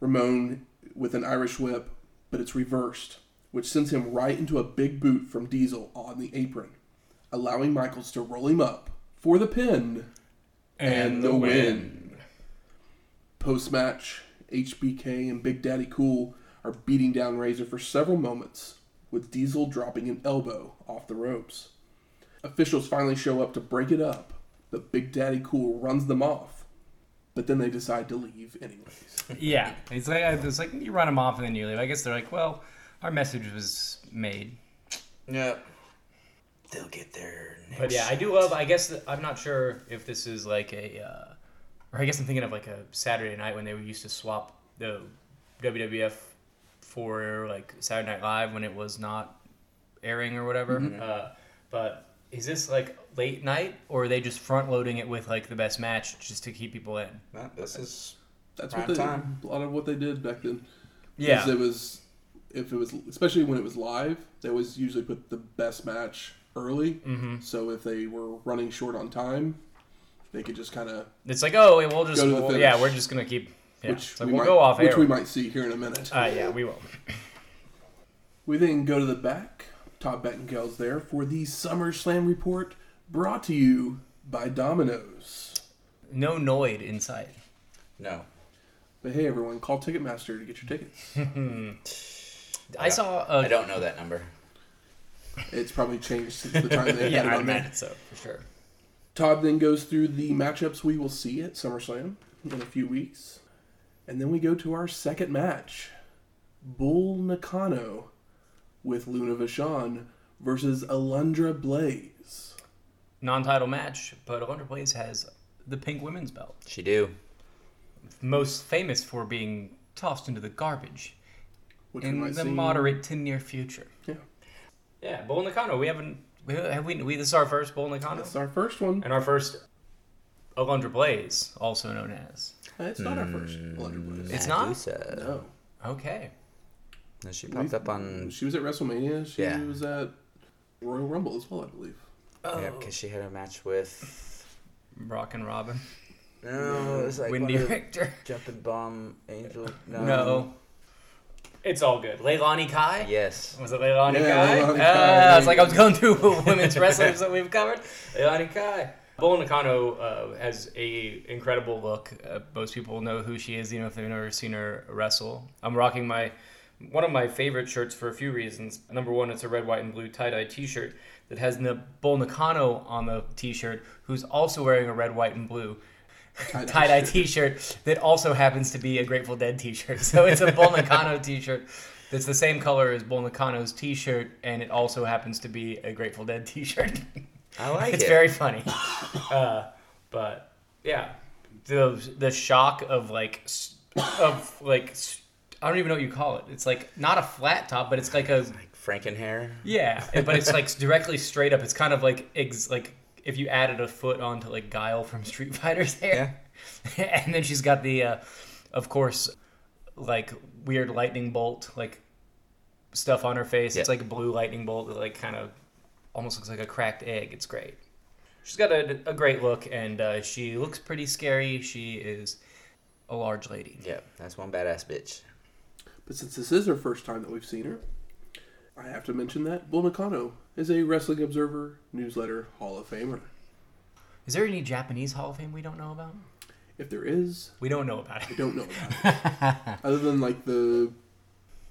Speaker 1: Ramon with an Irish whip, but it's reversed, which sends him right into a big boot from Diesel on the apron, allowing Michaels to roll him up for the pin and the win. Post match, HBK and Big Daddy Cool are beating down Razor for several moments, with Diesel dropping an elbow off the ropes. Officials finally show up to break it up, but but Big Daddy Cool runs them off. But then they decide to leave anyways.
Speaker 2: Yeah, it's like it's like you run them off and then you leave. I guess they're like, well, our message was made.
Speaker 3: Yeah. They'll get there next.
Speaker 2: But yeah, I do love. I guess th- I'm not sure if this is like a, uh, or I guess I'm thinking of like a Saturday night when they used to swap the WWF for like Saturday Night Live when it was not airing or whatever. Uh, but is this like late night or are they just front loading it with like the best match just to keep people in?
Speaker 3: No, this is
Speaker 1: That's
Speaker 3: Prime
Speaker 1: what they,
Speaker 3: time.
Speaker 1: a lot of what they did back then. 'Cause
Speaker 2: Yeah,
Speaker 1: It was if it was especially when it was live, they always usually put the best match early. Mm-hmm. So if they were running short on time, they could just kind of
Speaker 2: it's like oh, we'll just
Speaker 1: Go to the
Speaker 2: we'll-
Speaker 1: finish.
Speaker 2: yeah, we're just gonna keep. Yeah,
Speaker 1: which
Speaker 2: it's like
Speaker 1: we
Speaker 2: we'll
Speaker 1: might
Speaker 2: go off
Speaker 1: which
Speaker 2: air.
Speaker 1: we might see here in a minute.
Speaker 2: Uh, yeah, we will.
Speaker 1: We then go to the back. Todd Bettenkeld's there for the SummerSlam report brought to you by Domino's.
Speaker 2: No Noid inside.
Speaker 3: no.
Speaker 1: But hey, everyone, call Ticketmaster to get your tickets.
Speaker 2: I saw. A,
Speaker 3: I don't know that number.
Speaker 1: It's probably changed since the time they had
Speaker 2: Yeah,
Speaker 1: it
Speaker 2: I
Speaker 1: on there.
Speaker 2: imagine so for sure.
Speaker 1: Todd then goes through the matchups we will see at SummerSlam in a few weeks. And then we go to our second match Bull Nakano with Luna Vachon versus Alundra Blaze.
Speaker 2: non-title match, but Alundra Blaze has the pink women's belt,
Speaker 3: She do.
Speaker 2: most famous for being tossed into the garbage
Speaker 1: Which we
Speaker 2: in
Speaker 1: might
Speaker 2: the
Speaker 1: see-
Speaker 2: moderate to near future.
Speaker 1: Yeah,
Speaker 2: Yeah, Bull Nakano. We haven't. We, have we, we? This is our first Bull Nakano,
Speaker 1: that's our first one.
Speaker 2: and our first Alundra Blaze, also known as.
Speaker 1: Uh, It's not our first
Speaker 3: Hmm. Mm,
Speaker 1: Alundra Blaze.
Speaker 2: It's not?
Speaker 3: Medusa.
Speaker 1: no.
Speaker 2: Okay.
Speaker 3: No, She popped up on
Speaker 1: She was at WrestleMania. She
Speaker 3: Yeah.
Speaker 1: was at Royal Rumble as well, I believe.
Speaker 2: Oh,
Speaker 3: yeah because she had a match with.
Speaker 2: Rock and Robin,
Speaker 3: No, it was like
Speaker 2: Mm, Wendy
Speaker 3: one of the um,
Speaker 2: Richter.
Speaker 3: jumping bomb angel. No.
Speaker 2: No. It's all good. Leilani Kai.
Speaker 3: Yes.
Speaker 2: Was it Leilani
Speaker 1: Yeah,
Speaker 2: Kai?
Speaker 1: Leilani
Speaker 2: Ah,
Speaker 1: Kai.
Speaker 2: it's like I was going through women's wrestlers that we've covered. Leilani Kai. Bull Nakano uh, has a incredible look. Uh, most people know who she is, even if they've never seen her wrestle. I'm rocking my one of my favorite shirts for a few reasons. Number one, it's a red, white, and blue tie-dye T-shirt that has the Bull Nakano on the T-shirt, who's also wearing a red, white, and blue
Speaker 1: Tie-dye
Speaker 2: tie-dye
Speaker 1: shirt.
Speaker 2: T-shirt that also happens to be a Grateful Dead T-shirt. So it's a Bull Nakano T-shirt that's the same color as Bull Nakano's T-shirt, and it also happens to be a Grateful Dead T-shirt.
Speaker 3: I like
Speaker 2: it's
Speaker 3: it.
Speaker 2: very funny, uh, but yeah, the the shock of like s- of like s- I don't even know what you call it. It's like not a flat top, but it's like a
Speaker 3: Frankenhair.
Speaker 2: yeah, and- but it's like directly straight up. It's kind of like ex- like if you added a foot onto like Guile from Street Fighter's hair, and then she's got the, uh, of course, like weird lightning bolt like stuff on her face. It's
Speaker 3: Yeah.
Speaker 2: like a blue lightning bolt that like kind of almost looks like a cracked egg. It's great. She's got a, a great look, and uh, she looks pretty scary. She is a large lady.
Speaker 3: Yeah, that's one badass bitch.
Speaker 1: But since this is our first time that we've seen her, I have to mention that Bull Nakano is a Wrestling Observer newsletter Hall of Famer.
Speaker 2: Is there any Japanese Hall of Fame we don't know about?
Speaker 1: If there is,
Speaker 2: We don't know about it.
Speaker 1: I don't know about it. Other than like the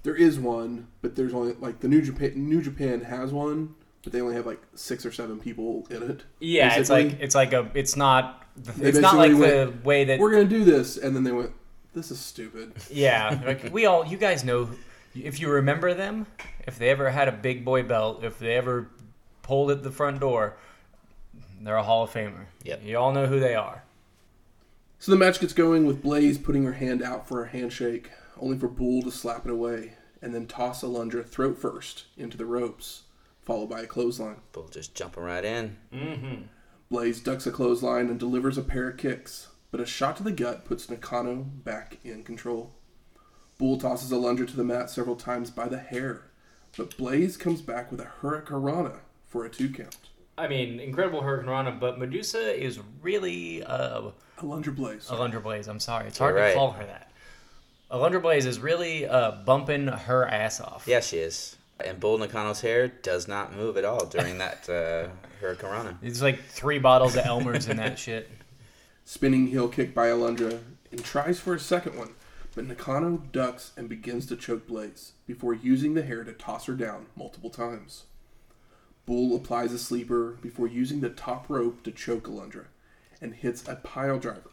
Speaker 1: there is one, but there's only like the New Japan New Japan has one, but they only have like six or seven people in it.
Speaker 2: Yeah, it's
Speaker 1: basically.
Speaker 2: like it's like a it's not
Speaker 1: They
Speaker 2: it's not like
Speaker 1: basically
Speaker 2: the way that
Speaker 1: we're gonna do this, and then they went, "This is stupid."
Speaker 2: yeah like we all you guys know if you remember them if they ever had a big boy belt if they ever pulled at the front door they're a Hall of Famer
Speaker 3: Yep.
Speaker 2: you all know who they are
Speaker 1: So the match gets going with Blaze putting her hand out for a handshake, only for Bull to slap it away and then toss Alundra throat first into the ropes, followed by a clothesline.
Speaker 3: Bull just jumping right in.
Speaker 2: Mm-hmm.
Speaker 1: Blaze ducks a clothesline and delivers a pair of kicks, but a shot to the gut puts Nakano back in control. Bull tosses Alundra to the mat several times by the hair, but Blaze comes back with a hurricanrana for a two count.
Speaker 2: I mean incredible Hurricanrana but Medusa is really uh
Speaker 1: Alundra Blaze.
Speaker 2: Alundra Blaze I'm sorry it's hard
Speaker 3: You're
Speaker 2: to
Speaker 3: right.
Speaker 2: call her that Alundra Blaze is really uh bumping her ass off
Speaker 3: Yeah, she is. And Bull Nakano's hair does not move at all during that uh, Hurricanrana.
Speaker 2: it's like three bottles of Elmer's in that shit
Speaker 1: Spinning heel kick by Alundra and tries for a second one, but Nakano ducks and begins to choke Blaze before using the hair to toss her down multiple times. Bull applies a sleeper before using the top rope to choke Alundra, and hits a pile driver,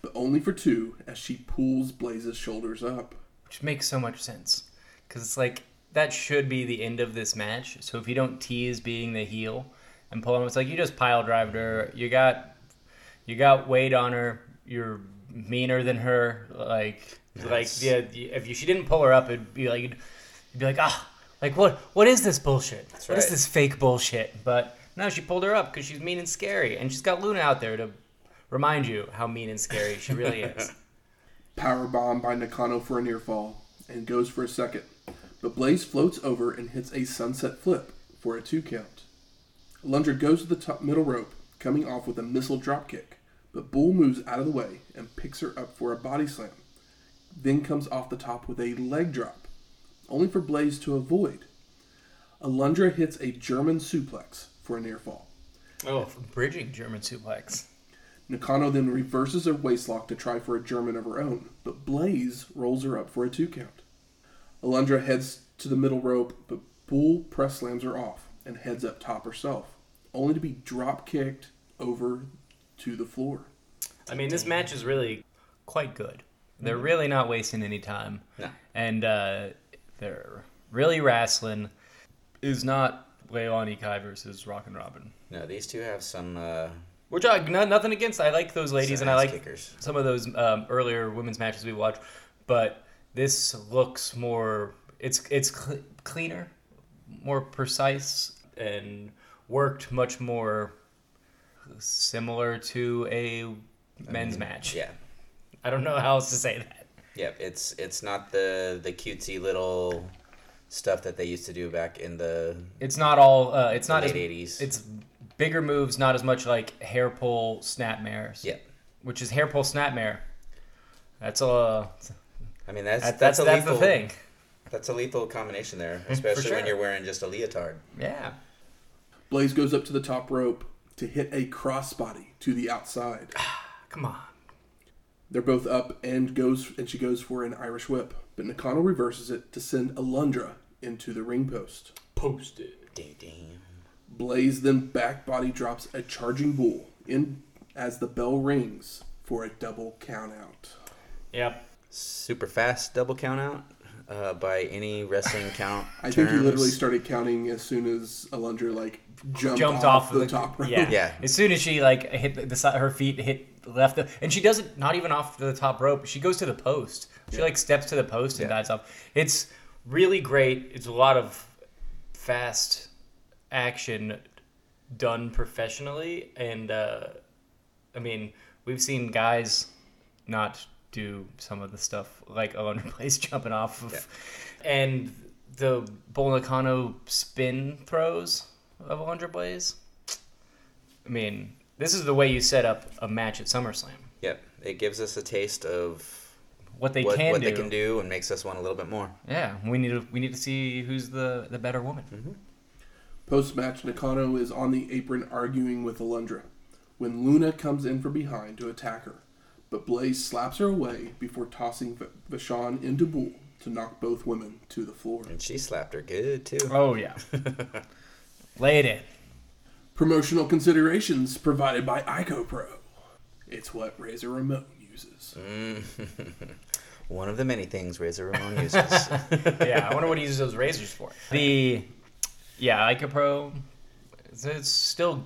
Speaker 1: but only for two as she pulls Blaze's shoulders up.
Speaker 2: which makes so much sense because it's like that should be the end of this match. So if you don't tease being the heel and pull him, it's like you just pile drive her. You got you got weight on her. You're meaner than her. Like
Speaker 3: Nice.
Speaker 2: like yeah, if you, she didn't pull her up, it'd be like you'd be like ah like what what is this bullshit? What is
Speaker 3: right.
Speaker 2: this fake bullshit? But no, she pulled her up because she's mean and scary, and she's got Luna out there to remind you how mean and scary she really is.
Speaker 1: Power bomb by Nakano for a near fall and goes for a second, but Blaze floats over and hits a sunset flip for a two count. Lunger goes to the top middle rope, coming off with a missile dropkick, but Bull moves out of the way and picks her up for a body slam, then comes off the top with a leg drop, only for Blaze to avoid. Alundra hits a German suplex for a near fall.
Speaker 2: oh, bridging German suplex.
Speaker 1: Nakano then reverses her waistlock to try for a German of her own, but Blaze rolls her up for a two count. Alundra heads to the middle rope, but Bull press slams her off and heads up top herself, only to be drop kicked over to the floor.
Speaker 2: I mean, this match is really quite good. They're really not wasting any time.
Speaker 3: Mm-hmm. No.
Speaker 2: And uh, they're really wrestling. Is not Leilani Kai versus Rock and Robin.
Speaker 3: No, these two have some uh,
Speaker 2: Which I, no, nothing against. I like those ladies
Speaker 3: some
Speaker 2: and I
Speaker 3: ass
Speaker 2: like
Speaker 3: kickers.
Speaker 2: some of those um, earlier women's matches we watched, but this looks more. It's it's cl- cleaner, more precise, and worked much more similar to a men's match.
Speaker 3: Yeah,
Speaker 2: I don't know how else to say that.
Speaker 3: yeah. It's it's not the the cutesy little stuff that they used to do back in the
Speaker 2: It's not all. Uh, it's not
Speaker 3: late
Speaker 2: as,
Speaker 3: eighties.
Speaker 2: It's bigger moves, not as much like hair pull snapmares.
Speaker 3: yeah.
Speaker 2: Which is hair pull snapmare. That's a
Speaker 3: I mean that's
Speaker 2: that, that's
Speaker 3: that's, a
Speaker 2: that's
Speaker 3: lethal
Speaker 2: the thing. Mm,
Speaker 3: That's a lethal combination there, especially when
Speaker 2: sure.
Speaker 3: you're wearing just a leotard.
Speaker 2: Yeah.
Speaker 1: Blaze goes up to the top rope to hit a crossbody to the outside.
Speaker 2: Come on.
Speaker 1: They're both up and goes and she goes for an Irish whip, but Nakano reverses it to send Alundra into the ring post.
Speaker 2: Posted.
Speaker 3: Ding, ding.
Speaker 1: Blaze then back body drops a charging bull in as the bell rings for a double count out.
Speaker 2: Yep.
Speaker 3: Super fast double count out uh, by any wrestling count.
Speaker 1: I think he
Speaker 3: terms.
Speaker 1: literally started counting as soon as Alundra like jumped,
Speaker 2: Jumped
Speaker 1: off,
Speaker 2: off,
Speaker 1: the,
Speaker 2: of the
Speaker 1: top rope.
Speaker 2: Yeah.
Speaker 3: Yeah.
Speaker 2: As soon as she like hit the, the si- her feet hit left, the, and she doesn't not even off the top rope. She goes to the post. She like steps to the post and
Speaker 3: Yeah.
Speaker 2: dives off. It's really great. It's a lot of fast action done professionally, and uh, I mean we've seen guys not do some of the stuff like Alondra Place jumping off of, and the Bolnicano spin throws of Alondra Blaze. I mean, this is the way you set up a match at SummerSlam.
Speaker 3: Yep. It gives us a taste of
Speaker 2: What they
Speaker 3: what,
Speaker 2: can
Speaker 3: what
Speaker 2: do.
Speaker 3: they can do and makes us want a little bit more.
Speaker 2: Yeah, we need to we need to see who's the the better woman.
Speaker 3: Mm-hmm.
Speaker 1: Post match, Nakano is on the apron arguing with Alundra when Luna comes in from behind to attack her, but Blaze slaps her away before tossing V- Vashon into Bull to knock both women to the floor.
Speaker 3: And she slapped her good too.
Speaker 2: Oh yeah, lay it in.
Speaker 1: Promotional considerations provided by IcoPro. It's what Razor Ramon uses.
Speaker 3: One of the many things Razor Ramon uses.
Speaker 2: yeah, I wonder what he uses those razors for. The yeah, Ica Pro, it's, it's still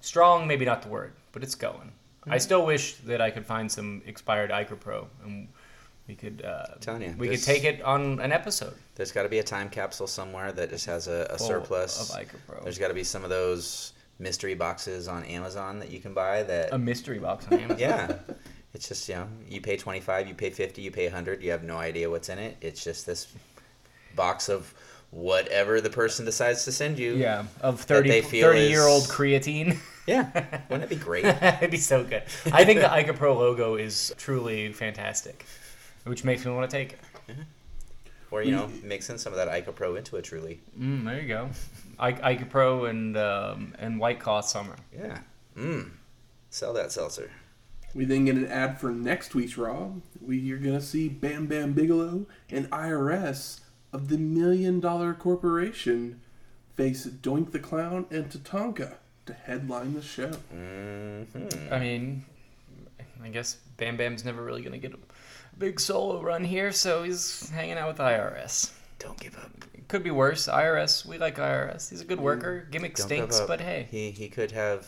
Speaker 2: strong. Maybe not the word, but it's going. I still wish that I could find some expired Ica Pro and we could uh,
Speaker 3: Telling ya,
Speaker 2: we
Speaker 3: this-
Speaker 2: could take it on an episode.
Speaker 3: There's got to be a time capsule somewhere that just has a, a
Speaker 2: full
Speaker 3: surplus.
Speaker 2: of Ica Pro.
Speaker 3: There's got to be some of those mystery boxes on Amazon that you can buy that
Speaker 2: a mystery box on Amazon.
Speaker 3: yeah it's just you know you pay 25 you pay 50 you pay 100 you have no idea what's in it it's just this box of whatever the person decides to send you
Speaker 2: Yeah, of
Speaker 3: they
Speaker 2: 30,
Speaker 3: feel
Speaker 2: 30 year old
Speaker 3: is-
Speaker 2: creatine.
Speaker 3: yeah wouldn't that be great
Speaker 2: It'd be so good. I think the Ica Pro logo is truly fantastic, which makes me want to take it.
Speaker 3: or you know mixing some of that ica pro into it truly
Speaker 2: Mm, there you go. I- Ica Pro and um, and White Claw Summer.
Speaker 3: yeah mm. sell that seltzer
Speaker 1: We then get an ad for next week's Raw. We are going to see Bam Bam Bigelow and IRS of the Million Dollar Corporation face Doink the Clown and Tatanka to headline the show.
Speaker 3: Mm-hmm.
Speaker 2: I mean, I guess Bam Bam's never really going to get a big solo run here, so he's hanging out with IRS.
Speaker 3: Don't give up.
Speaker 2: It could be worse. IRS, we like IRS. He's a good worker. Gimmick
Speaker 3: Mm, Don't give
Speaker 2: stinks,
Speaker 3: up.
Speaker 2: but hey.
Speaker 3: He he could have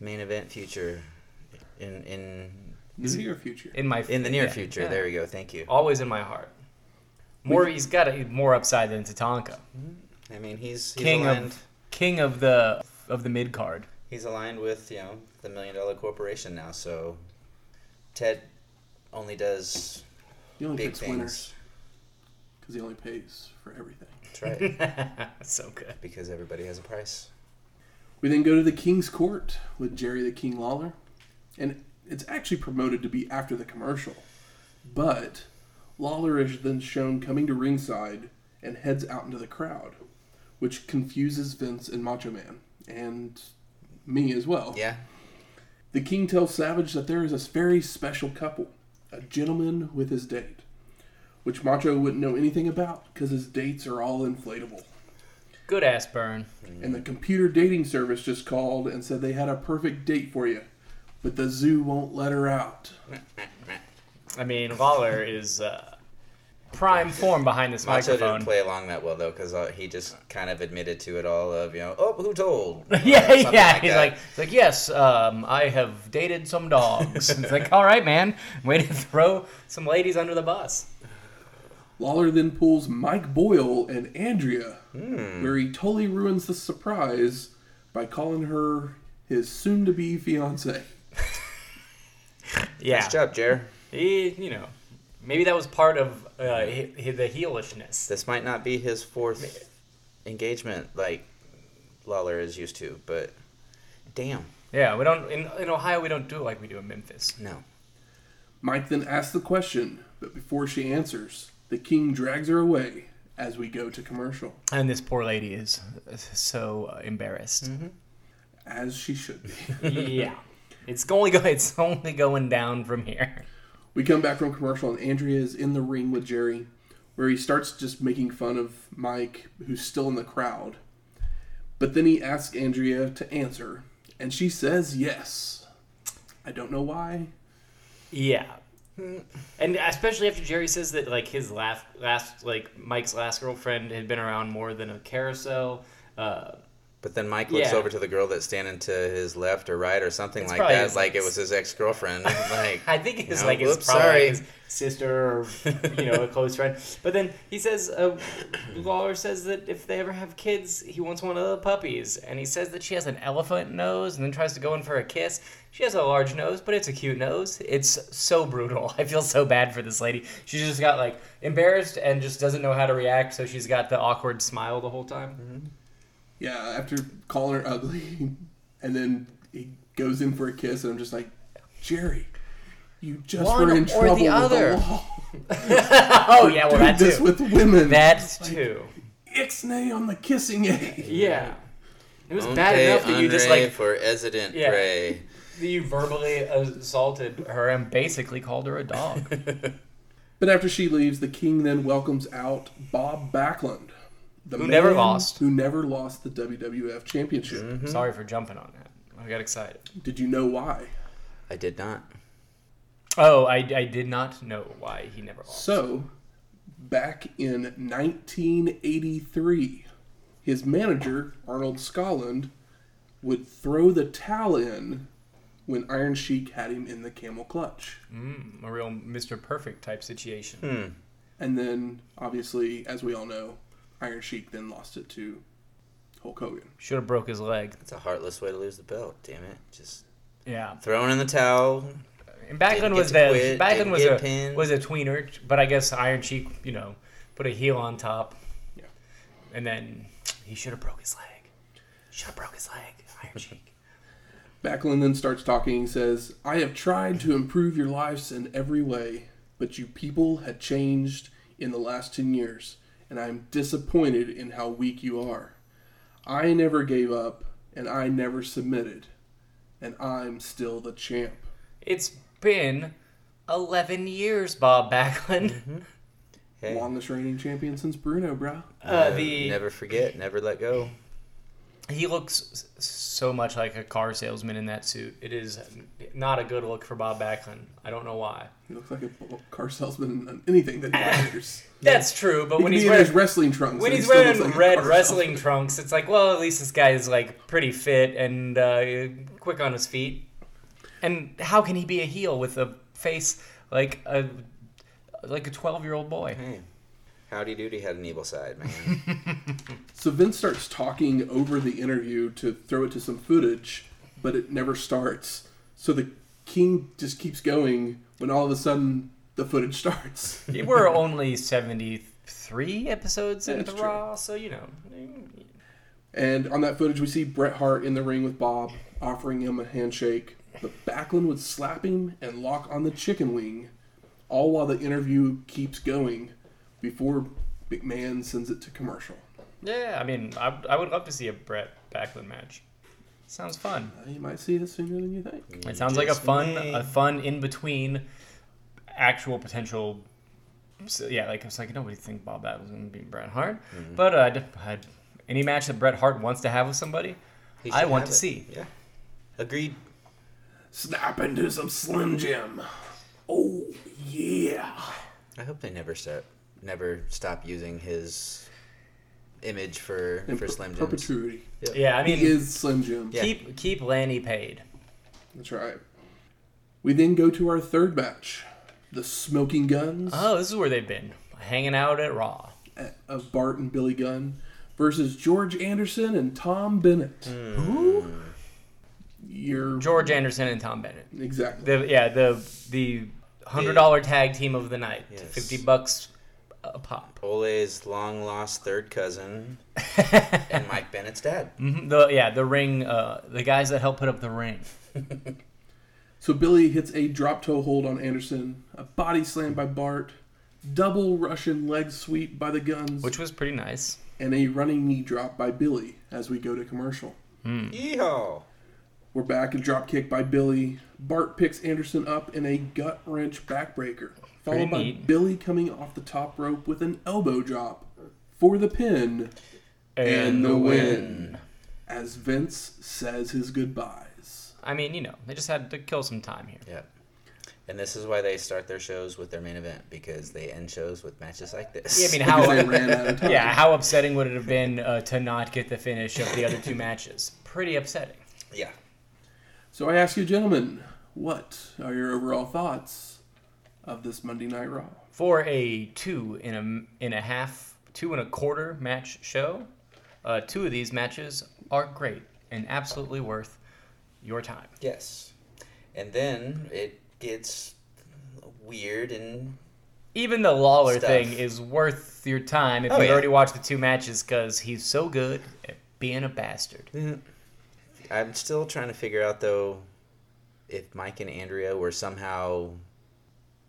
Speaker 3: main event future in in
Speaker 1: In
Speaker 3: Mm-hmm.
Speaker 1: the near future.
Speaker 2: In my
Speaker 3: in the near
Speaker 2: yeah,
Speaker 3: future.
Speaker 2: yeah.
Speaker 3: There we go. Thank you.
Speaker 2: Always in my heart. More, he's got a, more upside than Tatanka.
Speaker 3: I mean, he's, he's
Speaker 2: King
Speaker 3: aligned.
Speaker 2: of king of the of the mid card.
Speaker 3: He's aligned with you know the million dollar corporation now. So Ted only does
Speaker 1: He only
Speaker 3: big
Speaker 1: picks winners
Speaker 3: things.
Speaker 1: because he only pays for everything.
Speaker 3: That's right.
Speaker 2: so good.
Speaker 3: because everybody has a price.
Speaker 1: We then go to the King's Court with Jerry the King Lawler, and it's actually promoted to be after the commercial. But Lawler is then shown coming to ringside and heads out into the crowd, which confuses Vince and Macho Man, and me as well.
Speaker 3: Yeah.
Speaker 1: The king tells Savage that there is a very special couple, a gentleman with his date, which Macho wouldn't know anything about because his dates are all inflatable.
Speaker 2: Good ass burn.
Speaker 1: And the computer dating service just called and said they had a perfect date for you, but the zoo won't let her out.
Speaker 2: I mean, Lawler is uh, prime form behind this
Speaker 3: Macho didn't
Speaker 2: microphone.
Speaker 3: play along that well though, because uh, he just kind of admitted to it all of you know, oh, who told? Or
Speaker 2: yeah,
Speaker 3: something
Speaker 2: yeah. he's
Speaker 3: that.
Speaker 2: like, he's like, yes, um, I have dated some dogs. it's like, all right, man, way to throw some ladies under the bus.
Speaker 1: Lawler then pulls Mike Boyle and Andrea, where he totally ruins the surprise by calling her his soon to be fiance.
Speaker 2: Yeah,
Speaker 3: nice job, Jer.
Speaker 2: he, you know, maybe that was part of uh, hi hi the heelishness.
Speaker 3: This might not be his fourth engagement like Lawler is used to, but damn,
Speaker 2: Yeah, we don't in, in Ohio we don't do it like we do in Memphis.
Speaker 3: no.
Speaker 1: Mike then asks the question, but before she answers, the king drags her away as we go to commercial,
Speaker 2: And this poor lady is uh, so uh, embarrassed.
Speaker 1: as she should be.
Speaker 2: yeah, it's only go, it's only going down from here.
Speaker 1: We come back from commercial, and Andrea is in the ring with Jerry, where he starts just making fun of Mike, who's still in the crowd. But then he asks Andrea to answer, and she says yes. I don't know why.
Speaker 2: Yeah. And especially after Jerry says that like his last, last like Mike's last girlfriend had been around more than a carousel. Uh,
Speaker 3: But then Mike looks
Speaker 2: Yeah.
Speaker 3: over to the girl that's standing to his left or right or something like
Speaker 2: probably
Speaker 3: that,
Speaker 2: his
Speaker 3: like it
Speaker 2: ex.
Speaker 3: was his ex girlfriend. like
Speaker 2: I think it's
Speaker 3: No,
Speaker 2: like his
Speaker 3: whoops,
Speaker 2: probably
Speaker 3: sorry.
Speaker 2: his sister or you know a close friend. But then he says uh, Lawler says that if they ever have kids, he wants one of the puppies. And he says that she has an elephant nose, and then tries to go in for a kiss. She has a large nose, but it's a cute nose. It's so brutal. I feel so bad for this lady. She just got like embarrassed and just doesn't know how to react. So she's got the awkward smile the whole time.
Speaker 3: Mm-hmm.
Speaker 1: Yeah, after calling her ugly, and then he goes in for a kiss, and I'm just like, Jerry, you just
Speaker 2: One
Speaker 1: were in
Speaker 2: or
Speaker 1: trouble
Speaker 2: the
Speaker 1: with
Speaker 2: other.
Speaker 1: the law.
Speaker 2: oh yeah, well
Speaker 1: Do
Speaker 2: that
Speaker 1: this
Speaker 2: too.
Speaker 1: with women.
Speaker 2: That too.
Speaker 1: Ixnay on the kissing egg.
Speaker 2: Yeah. It was bad enough that you just like
Speaker 3: for resident
Speaker 2: Yeah.
Speaker 3: prey.
Speaker 2: You verbally assaulted her and basically called her a dog.
Speaker 1: But after she leaves, the king then welcomes out Bob Backlund, the
Speaker 2: Who never lost. Mm-hmm.
Speaker 1: who never lost the WWF Championship.
Speaker 2: Sorry for jumping on that. I got excited.
Speaker 1: Did you know why?
Speaker 3: I did not.
Speaker 2: Oh, I, I did not know why he never lost.
Speaker 1: So, back in 1983, his manager Arnold Scotland would throw the towel in when Iron Sheik had him in the camel clutch.
Speaker 2: Mm, a real Mr. Perfect type situation.
Speaker 1: And then, obviously, as we all know, Iron Sheik then lost it to Hulk Hogan.
Speaker 2: Should have broke his leg.
Speaker 3: It's a heartless way to lose the belt. Damn it! Just
Speaker 2: Yeah.
Speaker 3: throwing in the towel.
Speaker 2: And Backlund
Speaker 3: Didn't
Speaker 2: was
Speaker 3: get to
Speaker 2: the
Speaker 3: quit,
Speaker 2: Backlund
Speaker 3: didn't
Speaker 2: was
Speaker 3: get
Speaker 2: a
Speaker 3: pinned.
Speaker 2: was a tweener, but I guess Iron Cheek, you know, put a heel on top.
Speaker 1: Yeah.
Speaker 2: And then he should have broke his leg. Should have broke his leg, Iron Cheek.
Speaker 1: Backlund then starts talking. He says, I have tried to improve your lives in every way, but you people had changed in the last 10 years, and I am disappointed in how weak you are. I never gave up, and I never submitted, and I'm still the champ.
Speaker 2: It's been eleven years, Bob Backlund.
Speaker 3: Hey,
Speaker 1: Longest reigning champion since Bruno, bro.
Speaker 2: Uh,
Speaker 3: never-
Speaker 2: the
Speaker 3: never forget, never let go.
Speaker 2: He looks s- so much like a car salesman in that suit. It is not a good look for Bob Backlund. I don't know why.
Speaker 1: He looks like a b- car salesman on anything that he wears.
Speaker 2: That's true, but
Speaker 1: He
Speaker 2: when
Speaker 1: could
Speaker 2: he's
Speaker 1: be in
Speaker 2: wearing
Speaker 1: his wrestling trunks, and
Speaker 2: when
Speaker 1: he
Speaker 2: he's
Speaker 1: still
Speaker 2: wearing
Speaker 1: looks like a
Speaker 2: red
Speaker 1: car
Speaker 2: wrestling trunks, it's like, well, at least this guy is like pretty fit and uh, quick on his feet. And how can he be a heel with a face like a like a twelve year old boy?
Speaker 3: Hey, Howdy Doody had an evil side, man.
Speaker 1: So Vince starts talking over the interview to throw it to some footage, but it never starts. So the king just keeps going when all of a sudden the footage starts.
Speaker 2: We're only seventy three episodes into
Speaker 1: That's true.
Speaker 2: Raw, so you know.
Speaker 1: And on that footage, we see Bret Hart in the ring with Bob, offering him a handshake. But Backlund would slap him and lock on the chicken wing, all while the interview keeps going before McMahon sends it to commercial.
Speaker 2: Yeah, I mean, I, I would love to see a Brett Backlund match. Sounds fun.
Speaker 1: Now, You might see this sooner than you think.
Speaker 2: It sounds like a
Speaker 3: Uh, Just
Speaker 2: fun,
Speaker 3: me.
Speaker 2: a fun in between actual potential. So, yeah, like it's like nobody think Bob Backlund was gonna be Bret Hart,
Speaker 3: Mm-hmm.
Speaker 2: but uh, I'd, I'd, any match that Bret Hart wants to have with somebody,
Speaker 3: He should
Speaker 2: I want
Speaker 3: have
Speaker 2: to
Speaker 3: it.
Speaker 2: see.
Speaker 3: Yeah. Agreed.
Speaker 1: Snap into some Slim Jim. Oh, yeah.
Speaker 3: I hope they never stop never stop using his image for
Speaker 1: In
Speaker 3: for
Speaker 1: per-
Speaker 3: Slim Jims.
Speaker 1: perpetuity.
Speaker 2: Yeah, I mean,
Speaker 1: He is Slim Jim.
Speaker 3: Yeah.
Speaker 2: keep keep Lanny paid.
Speaker 1: That's right. We then go to our third match, the Smoking Guns
Speaker 3: Uh-huh.
Speaker 2: Oh, this is where they've been hanging out at Raw.
Speaker 1: of Bart and Billy Gunn versus George Anderson and Tom Bennett.
Speaker 3: Hmm.
Speaker 1: Who? You're
Speaker 2: George
Speaker 3: Mm-hmm.
Speaker 2: Anderson and Tom Bennett.
Speaker 1: exactly.
Speaker 2: The yeah the the hundred dollar tag team of the night,
Speaker 3: Yes.
Speaker 2: fifty bucks a pop.
Speaker 3: Ole's long lost third cousin and Mike Bennett's dad.
Speaker 2: Mhm, The yeah the ring, uh, the guys that help put up the ring.
Speaker 1: So Billy hits a drop toe hold on Anderson, a body slam by Bart, double Russian leg sweep by the Guns,
Speaker 2: which was pretty nice.
Speaker 1: and a running knee drop by Billy as we go to commercial.
Speaker 3: Yeehaw!
Speaker 1: We're back, a drop kick by Billy. Bart picks Anderson up in a gut wrench backbreaker,
Speaker 2: Pretty
Speaker 1: followed by
Speaker 2: neat.
Speaker 1: Billy coming off the top rope with an elbow drop for the pin and the win. As Vince says his goodbyes.
Speaker 2: I mean, you know, they just had to kill some time here.
Speaker 3: Yep. And this is why they start their shows with their main event because they end shows with matches like this.
Speaker 2: Yeah, I mean,
Speaker 1: Because they
Speaker 2: how
Speaker 1: ran out of time.
Speaker 2: yeah, how upsetting would it have been uh, to not get the finish of the other two matches? Pretty upsetting.
Speaker 3: yeah.
Speaker 1: So I ask you, gentlemen, what are your overall thoughts of this Monday Night Raw?
Speaker 2: For a two in a in a half, two and a quarter match show, uh, two of these matches are great and absolutely worth your time.
Speaker 3: Yes. And then it gets weird and
Speaker 2: Even the Lawler
Speaker 3: Stuff.
Speaker 2: thing is worth your time if
Speaker 3: Oh,
Speaker 2: you've
Speaker 3: yeah.
Speaker 2: already watched the two matches because he's so good at being a bastard.
Speaker 3: I'm still trying to figure out though if Mike and Andrea were somehow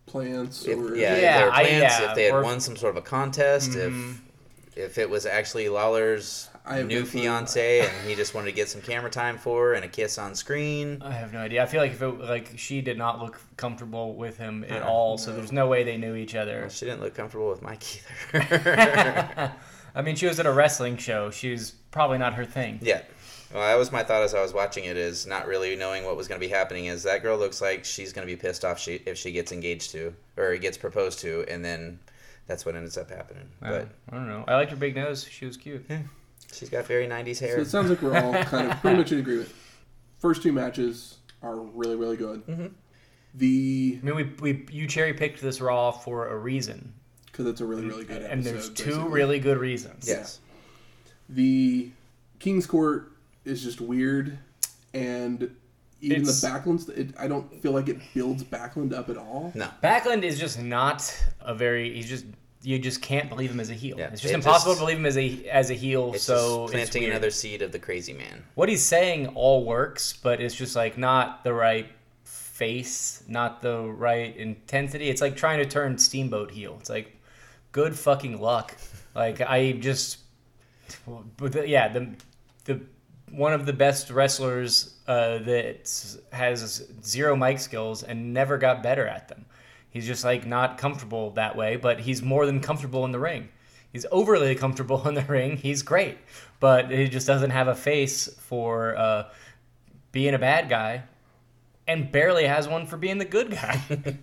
Speaker 1: Plants
Speaker 3: if,
Speaker 1: or
Speaker 2: Yeah,
Speaker 3: yeah, if they were
Speaker 2: I-
Speaker 3: plants,
Speaker 2: yeah, Mm-hmm.
Speaker 3: if they had
Speaker 2: or-
Speaker 3: won some sort of a contest, if if it was actually Lawler's
Speaker 1: I have no
Speaker 3: new
Speaker 1: clue.
Speaker 3: fiance and he just wanted to get some camera time for her and a kiss on screen.
Speaker 2: I have no idea. I feel like if it like she did not look comfortable with him at all, so there's no way they knew each other.
Speaker 3: She didn't look comfortable with Mike either.
Speaker 2: I mean, she was at a wrestling show. She was probably not her thing.
Speaker 3: yeah. Well, that was my thought as I was watching it is not really knowing what was going to be happening is that girl looks like she's going to be pissed off she, if she gets engaged to or gets proposed to and then that's what ends up happening.
Speaker 2: Uh, I don't know. I liked her big nose. She was cute.
Speaker 3: But she's got very 90s hair.
Speaker 1: So it sounds like we're all kind of pretty much in agreement. First two matches are really, really good.
Speaker 2: Mm-hmm.
Speaker 1: The
Speaker 2: I mean, we, we you cherry picked this raw for a reason,
Speaker 1: because it's a really, really good episode.
Speaker 2: and there's two
Speaker 1: basically.
Speaker 2: really good reasons.
Speaker 3: yes.
Speaker 1: the King's Court is just weird, and even
Speaker 2: It's-
Speaker 1: the Backlund, it, I don't feel like it builds Backlund up at all.
Speaker 3: No.
Speaker 2: Backlund is just not a very. He's just you just can't believe him as a heel.
Speaker 3: Yeah,
Speaker 2: it's just
Speaker 3: it
Speaker 2: impossible
Speaker 3: just-
Speaker 2: to believe him as a as a heel.
Speaker 3: It's
Speaker 2: so
Speaker 3: just
Speaker 2: it's
Speaker 3: planting
Speaker 2: weird.
Speaker 3: another seed of the crazy man.
Speaker 2: what he's saying all works, but it's just like not the right face, not the right intensity. It's like trying to turn Steamboat heel. It's like good fucking luck. Like I just, but the, yeah, the the one of the best wrestlers uh, that has zero mic skills and never got better at them. He's just like not comfortable that way, but he's more than comfortable in the ring. He's overly comfortable in the ring. He's great, but he just doesn't have a face for uh, being a bad guy, and barely has one for being the good guy.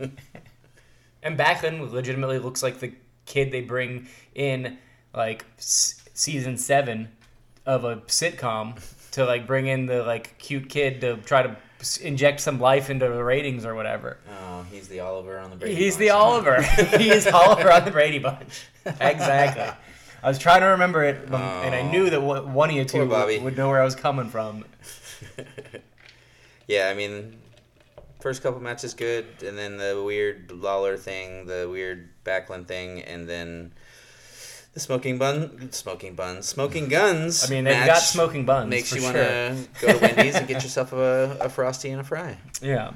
Speaker 2: and Backlund legitimately looks like the kid they bring in, like s- season seven of a sitcom, to like bring in the like cute kid to try to s- inject some life into the ratings or whatever.
Speaker 3: Oh, he's the Oliver on the Brady
Speaker 2: He's
Speaker 3: Bunch.
Speaker 2: the Oliver. He's Oliver on the Brady Bunch. Exactly. I was trying to remember it, um, and I knew that one one of you two
Speaker 3: Poor Bobby.
Speaker 2: would, would know where I was coming from.
Speaker 3: Yeah, I mean, first couple matches good, and then the weird Lawler thing, the weird Backlund thing, and then the smoking bun, smoking bun, smoking guns.
Speaker 2: I mean, they've
Speaker 3: match
Speaker 2: got smoking buns.
Speaker 3: Makes
Speaker 2: for
Speaker 3: you
Speaker 2: sure.
Speaker 3: want to go to Wendy's and get yourself a, a frosty and a fry.
Speaker 2: Yeah.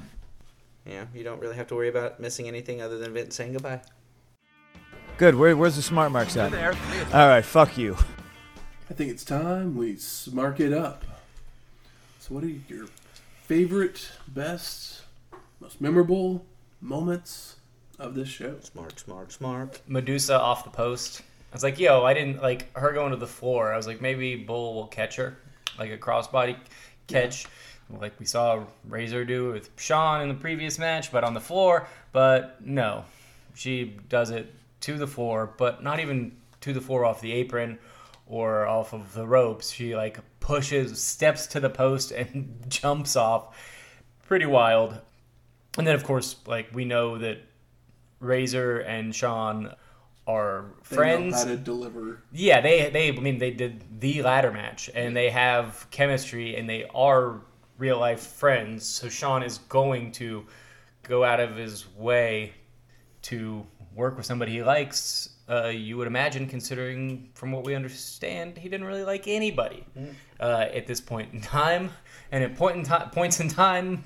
Speaker 3: Yeah, you don't really have to worry about missing anything other than Vince saying goodbye.
Speaker 4: Good. Where, where's the smart marks at? All right. Fuck you.
Speaker 1: I think it's time we smark it up. So, what are your favorite, best, most memorable moments of this show?
Speaker 3: Smart, smart, smart.
Speaker 2: Medusa off the post. I was like, yo, I didn't like her going to the floor. I was like, maybe Bull will catch her, like a crossbody catch, like we saw Razor do with Sean in the previous match, but on the floor. But no, she does it to the floor, but not even to the floor off the apron or off of the ropes. She like pushes, steps to the post, and jumps off. Pretty wild. And then, of course, like we know that Razor and Sean are
Speaker 1: They know
Speaker 2: friends.
Speaker 1: how to deliver.
Speaker 2: Yeah, they they I mean they did the ladder match and they have chemistry and they are real life friends. So Sean is going to go out of his way to work with somebody he likes. Uh, you would imagine, considering from what we understand, he didn't really like anybody uh, at this point in time. And at point in time, points in time,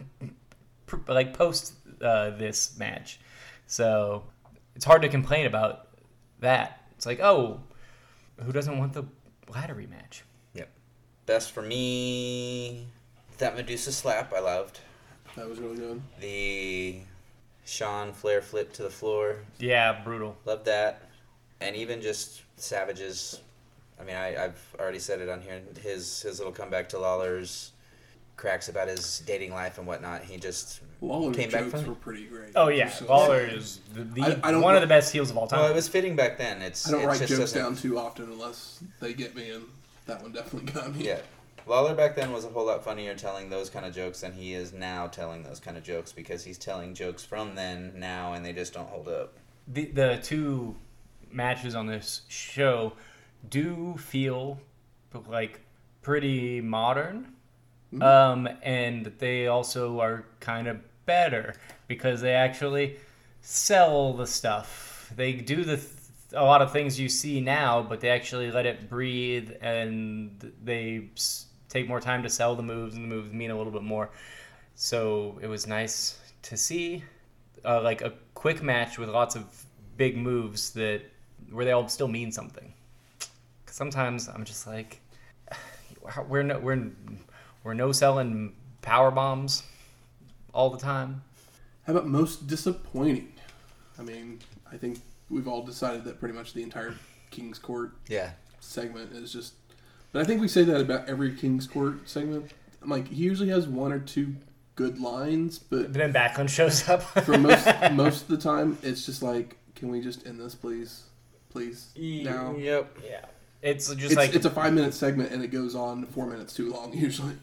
Speaker 2: pr- like post uh, this match, so it's hard to complain about that. It's like, oh, who doesn't want the ladder rematch?
Speaker 3: Yep. Best for me, that Medusa slap I loved.
Speaker 1: That was really good.
Speaker 3: The Sean Flair flip to the floor.
Speaker 2: Yeah, brutal.
Speaker 3: Love that. And even just Savage's. I mean, I, I've already said it on here. His his little comeback to Lawler's cracks about his dating life and whatnot. He just
Speaker 1: Lawler's
Speaker 3: came back
Speaker 1: jokes
Speaker 3: from.
Speaker 1: were
Speaker 3: it.
Speaker 1: pretty great.
Speaker 2: Oh yeah,
Speaker 1: So-
Speaker 2: Lawler is the, the
Speaker 1: I- I don't
Speaker 2: one of
Speaker 1: know-
Speaker 2: the best heels of all time.
Speaker 3: Well, Oh, it was fitting back then. It's
Speaker 1: I don't
Speaker 3: it
Speaker 1: write
Speaker 3: just
Speaker 1: jokes
Speaker 3: doesn't-
Speaker 1: down too often unless they get me, and that one definitely got me.
Speaker 3: Yeah. Lawler back then was a whole lot funnier telling those kind of jokes than he is now telling those kind of jokes because he's telling jokes from then now and they just don't hold up.
Speaker 2: the, the two matches on this show do feel like pretty modern, um, and they also are kind of better because they actually sell the stuff. They do the th- a lot of things you see now, but they actually let it breathe and they s- take more time to sell the moves, and the moves mean a little bit more. So it was nice to see uh, like a quick match with lots of big moves that where they all still mean something. 'Cause sometimes I'm just like, we're no we're we're no selling power bombs all the time.
Speaker 1: How about most disappointing? I mean, I think we've all decided that pretty much the entire King's Court
Speaker 3: Yeah.
Speaker 1: segment is just. But I think we say that about every King's Court segment. I'm Like he usually has one or two good lines, but
Speaker 2: But then Backlund shows up.
Speaker 1: for most most of the time, it's just like, can we just end this, please, please
Speaker 2: E-
Speaker 1: now?
Speaker 3: Yep.
Speaker 2: yeah, it's just
Speaker 1: It's,
Speaker 2: like
Speaker 1: it's a five minute segment and it goes on four minutes too long usually.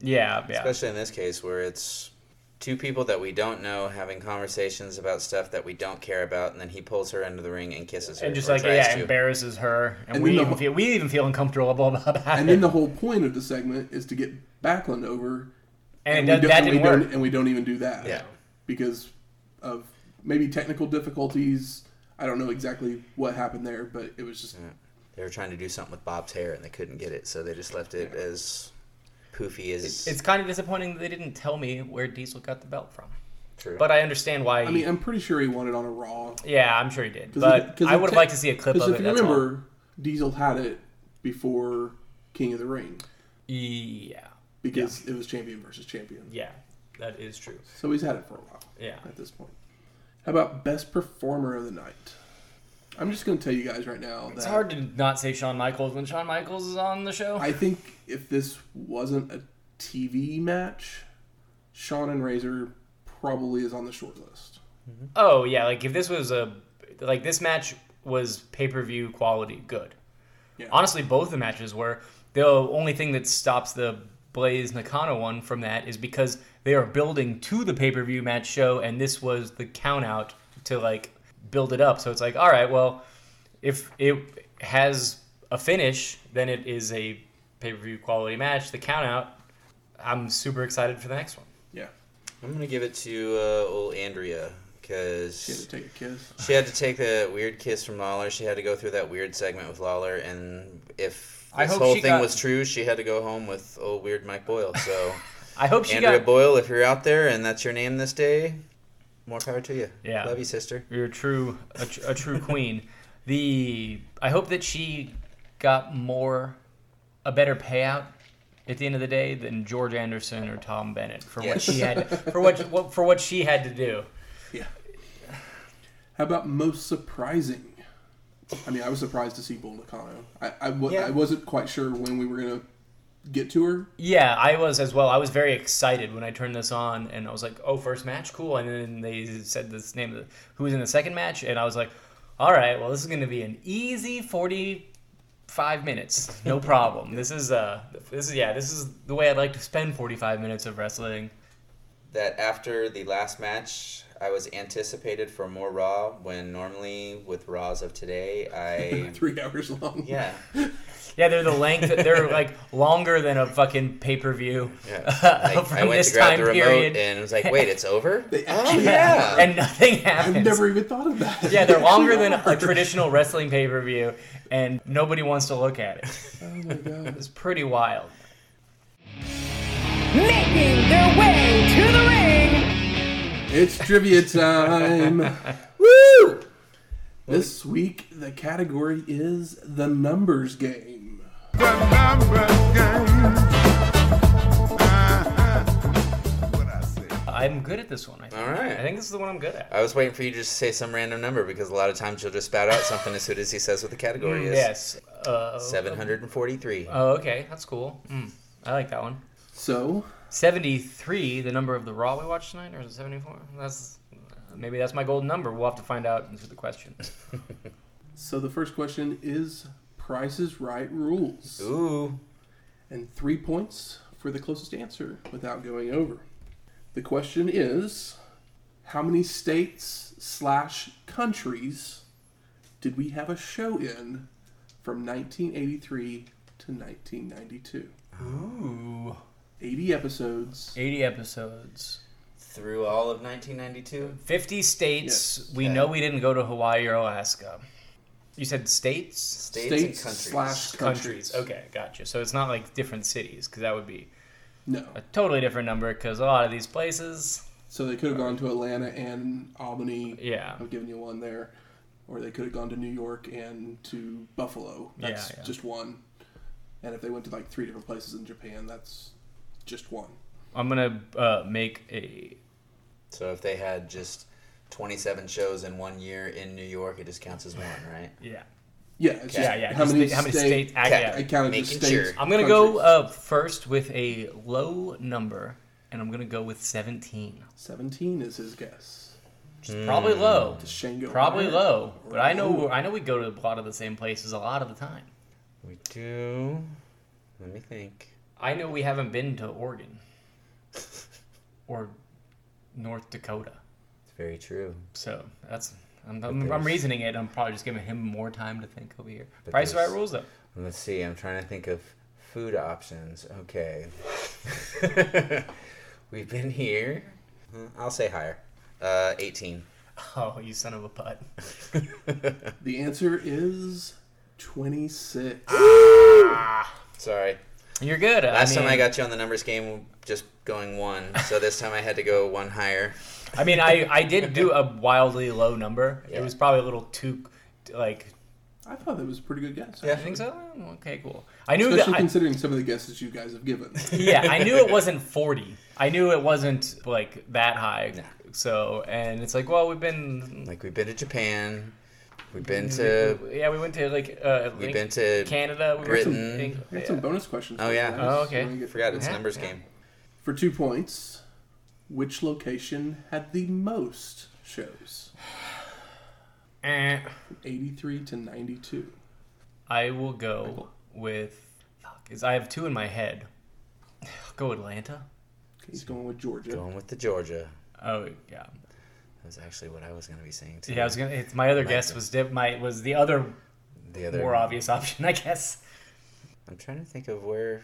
Speaker 2: yeah yeah.
Speaker 3: Especially in this case where it's two people that we don't know having conversations about stuff that we don't care about and then he pulls her into the ring and kisses her.
Speaker 2: and just
Speaker 3: or
Speaker 2: like
Speaker 3: tries
Speaker 2: yeah,
Speaker 3: to.
Speaker 2: embarrasses her, and,
Speaker 1: And
Speaker 2: we
Speaker 1: then the
Speaker 2: even
Speaker 1: whole-
Speaker 2: feel we even feel uncomfortable about that.
Speaker 1: And then the whole point of the segment is to get Backlund over
Speaker 2: and,
Speaker 1: we don't-
Speaker 2: it, does- that
Speaker 1: and we
Speaker 2: didn't work.
Speaker 1: Don't, and we don't even do that.
Speaker 3: Yeah.
Speaker 1: Because of maybe technical difficulties. I don't know exactly what happened there, but it was just
Speaker 3: They were trying to do something with Bob's hair and they couldn't get it, so they just left it as poofy as
Speaker 2: It's kind of disappointing that they didn't tell me where Diesel got the belt from.
Speaker 3: true.
Speaker 2: But I understand why.
Speaker 1: I mean, I'm pretty sure he won it on a Raw.
Speaker 2: yeah, I'm sure he did.
Speaker 1: 'Cause
Speaker 2: But
Speaker 1: if- 'cause
Speaker 2: I
Speaker 1: if
Speaker 2: would have
Speaker 1: te-
Speaker 2: liked to see a clip
Speaker 1: 'cause
Speaker 2: of
Speaker 1: if
Speaker 2: it.
Speaker 1: you
Speaker 2: That's all.
Speaker 1: remember, Diesel had it before King of the Ring
Speaker 2: Yeah,
Speaker 1: because it was champion versus champion.
Speaker 2: yeah, that is true.
Speaker 1: So he's had it for a while
Speaker 2: Yeah.
Speaker 1: at this point. How about best performer of the night? I'm just going to tell you guys right now that
Speaker 2: It's hard to not say Shawn Michaels when Shawn Michaels is on the show.
Speaker 1: I think if this wasn't a TV match, Shawn and Razor probably is on the short list.
Speaker 2: Oh yeah, like if this was a like this match was pay per view quality good.
Speaker 1: Yeah.
Speaker 2: Honestly, both the matches were. The only thing that stops the Blaze Nakano one from that is because they are building to the pay per view match show, and this was the count out to like build it up. So it's like, all right, well, if it has a finish, then it is a pay per view quality match. The count out. I'm super excited for the next one.
Speaker 1: Yeah.
Speaker 3: I'm gonna give it to uh, old Andrea because
Speaker 1: She had to take a kiss.
Speaker 3: She had to take the weird kiss from Lawler. She had to go through that weird segment with Lawler, and if
Speaker 2: I
Speaker 3: this
Speaker 2: hope
Speaker 3: whole
Speaker 2: she
Speaker 3: thing
Speaker 2: got-
Speaker 3: was true, she had to go home with old weird Mike Boyle. So,
Speaker 2: I hope she
Speaker 3: Andrea
Speaker 2: got
Speaker 3: Boyle, if you're out there and that's your name this day, more power to you.
Speaker 2: Yeah.
Speaker 3: love you, sister.
Speaker 2: You're a true, a, tr- a true queen. The I hope that she got more, a better payout at the end of the day than George Anderson or Tom Bennett for what she had for what, what for what she had to do.
Speaker 1: Yeah. How about most surprising? I mean, I was surprised to see Bull Nakano. I, I, wa-
Speaker 2: Yeah.
Speaker 1: I wasn't quite sure when we were going to get to her.
Speaker 2: Yeah, I was as well. I was very excited when I turned this on, and I was like, "Oh, first match, cool." And then they said this name, of the, who was in the second match, and I was like, "All right, well, this is going to be an easy forty-five minutes, no problem. this is uh, this is yeah, this is the way I'd like to spend forty-five minutes of wrestling."
Speaker 3: That after the last match, I was anticipated for more Raw when normally with Raws of today, I
Speaker 1: Three hours long.
Speaker 3: yeah
Speaker 2: Yeah, they're the length. They're like longer than a fucking pay-per-view.
Speaker 3: yeah.
Speaker 2: From
Speaker 3: Like, I went
Speaker 2: this
Speaker 3: to grab the
Speaker 2: time
Speaker 3: remote
Speaker 2: period.
Speaker 3: and it was like, wait, it's over.
Speaker 1: They
Speaker 3: oh
Speaker 1: actually-
Speaker 3: yeah,
Speaker 2: and nothing happens.
Speaker 1: I've never even thought of that.
Speaker 2: Yeah, they're longer than
Speaker 1: Actually
Speaker 2: a traditional wrestling pay per view, and nobody wants to look at it.
Speaker 1: are. Oh my god.
Speaker 2: It's pretty wild.
Speaker 5: Making their way to the ring.
Speaker 1: It's trivia time.
Speaker 3: woo.
Speaker 1: this week, the category is the numbers game.
Speaker 6: the number game. What I say?
Speaker 2: I'm good at this one. I think.
Speaker 3: All right.
Speaker 2: I think this is the one I'm good at.
Speaker 3: I was waiting for you just to say some random number because a lot of times you'll just spout out something as soon as he says what the
Speaker 1: Oh, Mm,
Speaker 3: category is.
Speaker 2: Yes. Uh,
Speaker 3: 743.
Speaker 1: Uh,
Speaker 2: Oh, okay. That's cool. Mm, I like that one.
Speaker 1: So,
Speaker 2: 73, the number of the Raw we watched tonight, or is it 74? That's maybe that's my golden number. We'll have to find out through the question.
Speaker 1: so the first question is Price's Right rules,
Speaker 3: Ooh.
Speaker 1: and three points for the closest answer without going over. The question is, how many states slash countries did we have a show in from 1983 to 1992?
Speaker 2: Ooh,
Speaker 1: 80 episodes.
Speaker 2: 80 episodes.
Speaker 3: Through all of 1992?
Speaker 2: 50 states.
Speaker 1: Yes.
Speaker 2: We know we didn't go to Hawaii or Alaska. You said states?
Speaker 3: States,
Speaker 1: States
Speaker 3: and countries.
Speaker 1: slash countries.
Speaker 2: countries. Okay, gotcha. So it's not like different cities because that would be
Speaker 1: No.
Speaker 2: a totally different number because a lot of these places,
Speaker 1: So they could have gone to Atlanta and Albany.
Speaker 2: yeah,
Speaker 1: I've given you one there. Or they could have gone to New York and to Buffalo.
Speaker 2: Yeah,
Speaker 1: That's
Speaker 2: yeah.
Speaker 1: just one. And if they went to like three different places in Japan, that's just one.
Speaker 2: I'm gonna uh, make a
Speaker 3: So if they had just 27 shows in one year in New York, it just counts as one, right?
Speaker 2: yeah,
Speaker 1: Yeah, it's
Speaker 2: yeah,
Speaker 1: just
Speaker 2: yeah.
Speaker 1: How,
Speaker 2: just
Speaker 1: many
Speaker 2: the- how many
Speaker 1: state-
Speaker 2: states? I,
Speaker 3: Okay.
Speaker 1: I
Speaker 2: yeah.
Speaker 1: counted
Speaker 3: Making
Speaker 1: the states.
Speaker 3: sure.
Speaker 2: I'm gonna go
Speaker 1: countries.
Speaker 2: uh, first with a low number, and I'm gonna go with 17.
Speaker 1: 17 is his guess.
Speaker 2: Which is probably low,
Speaker 1: Does Shane go
Speaker 2: probably
Speaker 1: higher?
Speaker 2: low. But I know
Speaker 1: Hmm. Ooh.
Speaker 2: I know we go to a lot of the same places a lot of the time.
Speaker 3: We do. Let me think.
Speaker 2: I know we haven't been to Oregon or North Dakota.
Speaker 3: It's very true.
Speaker 2: So that's I'm,
Speaker 3: But
Speaker 2: I'm, I'm
Speaker 3: there's-
Speaker 2: reasoning it. I'm probably just giving him more time to think over here.
Speaker 3: But
Speaker 2: Price is Right
Speaker 3: there's-
Speaker 2: rules though.
Speaker 3: Let's see. I'm trying to think of food options. Okay. We've been here. Uh, I'll say higher. Uh, 18.
Speaker 2: Oh, you son of a putt!
Speaker 1: The answer is 26.
Speaker 3: Sorry.
Speaker 2: You're good.
Speaker 3: Last
Speaker 2: I mean,
Speaker 3: time I got you on the numbers game, just going one. So this time I had to go one higher.
Speaker 2: I mean, I I did do a wildly low number.
Speaker 3: Yeah.
Speaker 2: It was probably a little too like.
Speaker 1: I thought that was a pretty good guess.
Speaker 3: Yeah.
Speaker 2: I think so. Okay, cool. I knew that.
Speaker 1: Especially
Speaker 2: I,
Speaker 1: considering some of the guesses you guys have given.
Speaker 2: yeah, I knew it wasn't 40. I knew it wasn't like that high.
Speaker 3: Nah.
Speaker 2: So, and it's like, well, we've been
Speaker 3: Like we've been to Japan. We've been to
Speaker 2: yeah, we went to like uh, Link-
Speaker 3: we've been to
Speaker 2: Mm-hmm. Canada. We went
Speaker 3: Britain.
Speaker 2: to Eng-
Speaker 1: I got some
Speaker 2: yeah.
Speaker 1: bonus questions.
Speaker 3: Oh,
Speaker 1: for you
Speaker 3: yeah.
Speaker 1: guys.
Speaker 2: Oh, okay.
Speaker 1: Wanna get-
Speaker 3: forgot it's a
Speaker 2: Yeah,
Speaker 3: numbers
Speaker 2: yeah.
Speaker 3: game.
Speaker 1: For two points, which location had the most shows?
Speaker 2: Eh.
Speaker 1: 83 to 92.
Speaker 2: I will go with. Fuck, is I have two in my head. go Atlanta.
Speaker 1: Okay, he's going with Georgia.
Speaker 3: Going with the Georgia.
Speaker 2: Oh yeah,
Speaker 3: That was actually what I was gonna be saying too.
Speaker 2: yeah. I was gonna. It's, my other guess was dip. My was the other
Speaker 3: the other
Speaker 2: more obvious option, I guess.
Speaker 3: I'm trying to think of where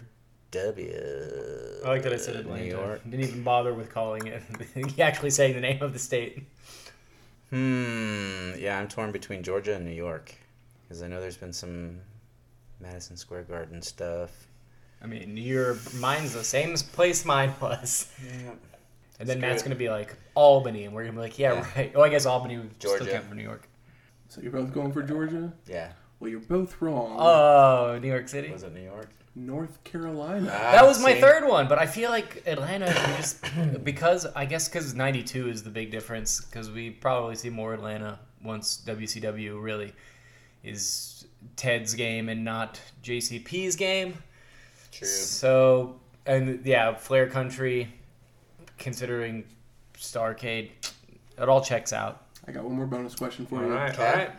Speaker 3: W.
Speaker 2: I like that I said Atlanta.
Speaker 3: New York.
Speaker 2: Didn't even bother with calling it. actually saying the name of the state.
Speaker 3: Hmm. Yeah, I'm torn between Georgia and New York, because I know there's been some Madison Square Garden stuff.
Speaker 2: I mean, your mine's the same place mine was.
Speaker 3: Yeah.
Speaker 2: And then
Speaker 3: Screw
Speaker 2: Matt's
Speaker 3: it.
Speaker 2: gonna be like Albany, and we're gonna be like, yeah,
Speaker 3: Yeah.
Speaker 2: right. Oh, I guess Albany would
Speaker 3: Georgia.
Speaker 2: still count for New York.
Speaker 1: So you're both going for Georgia?
Speaker 3: Yeah.
Speaker 1: Well, you're both wrong.
Speaker 2: Oh, New York City.
Speaker 3: Was it New York? Ah,
Speaker 1: North Carolina.
Speaker 2: That was my third one, but I feel like Atlanta we just because I guess because '92 is the big difference because we probably see more Atlanta once WCW really is Ted's game and not JCP's game.
Speaker 3: True.
Speaker 2: So and yeah, Flair Country, considering Starcade, it all checks out.
Speaker 1: I got one more bonus question for you.
Speaker 3: Okay. all right.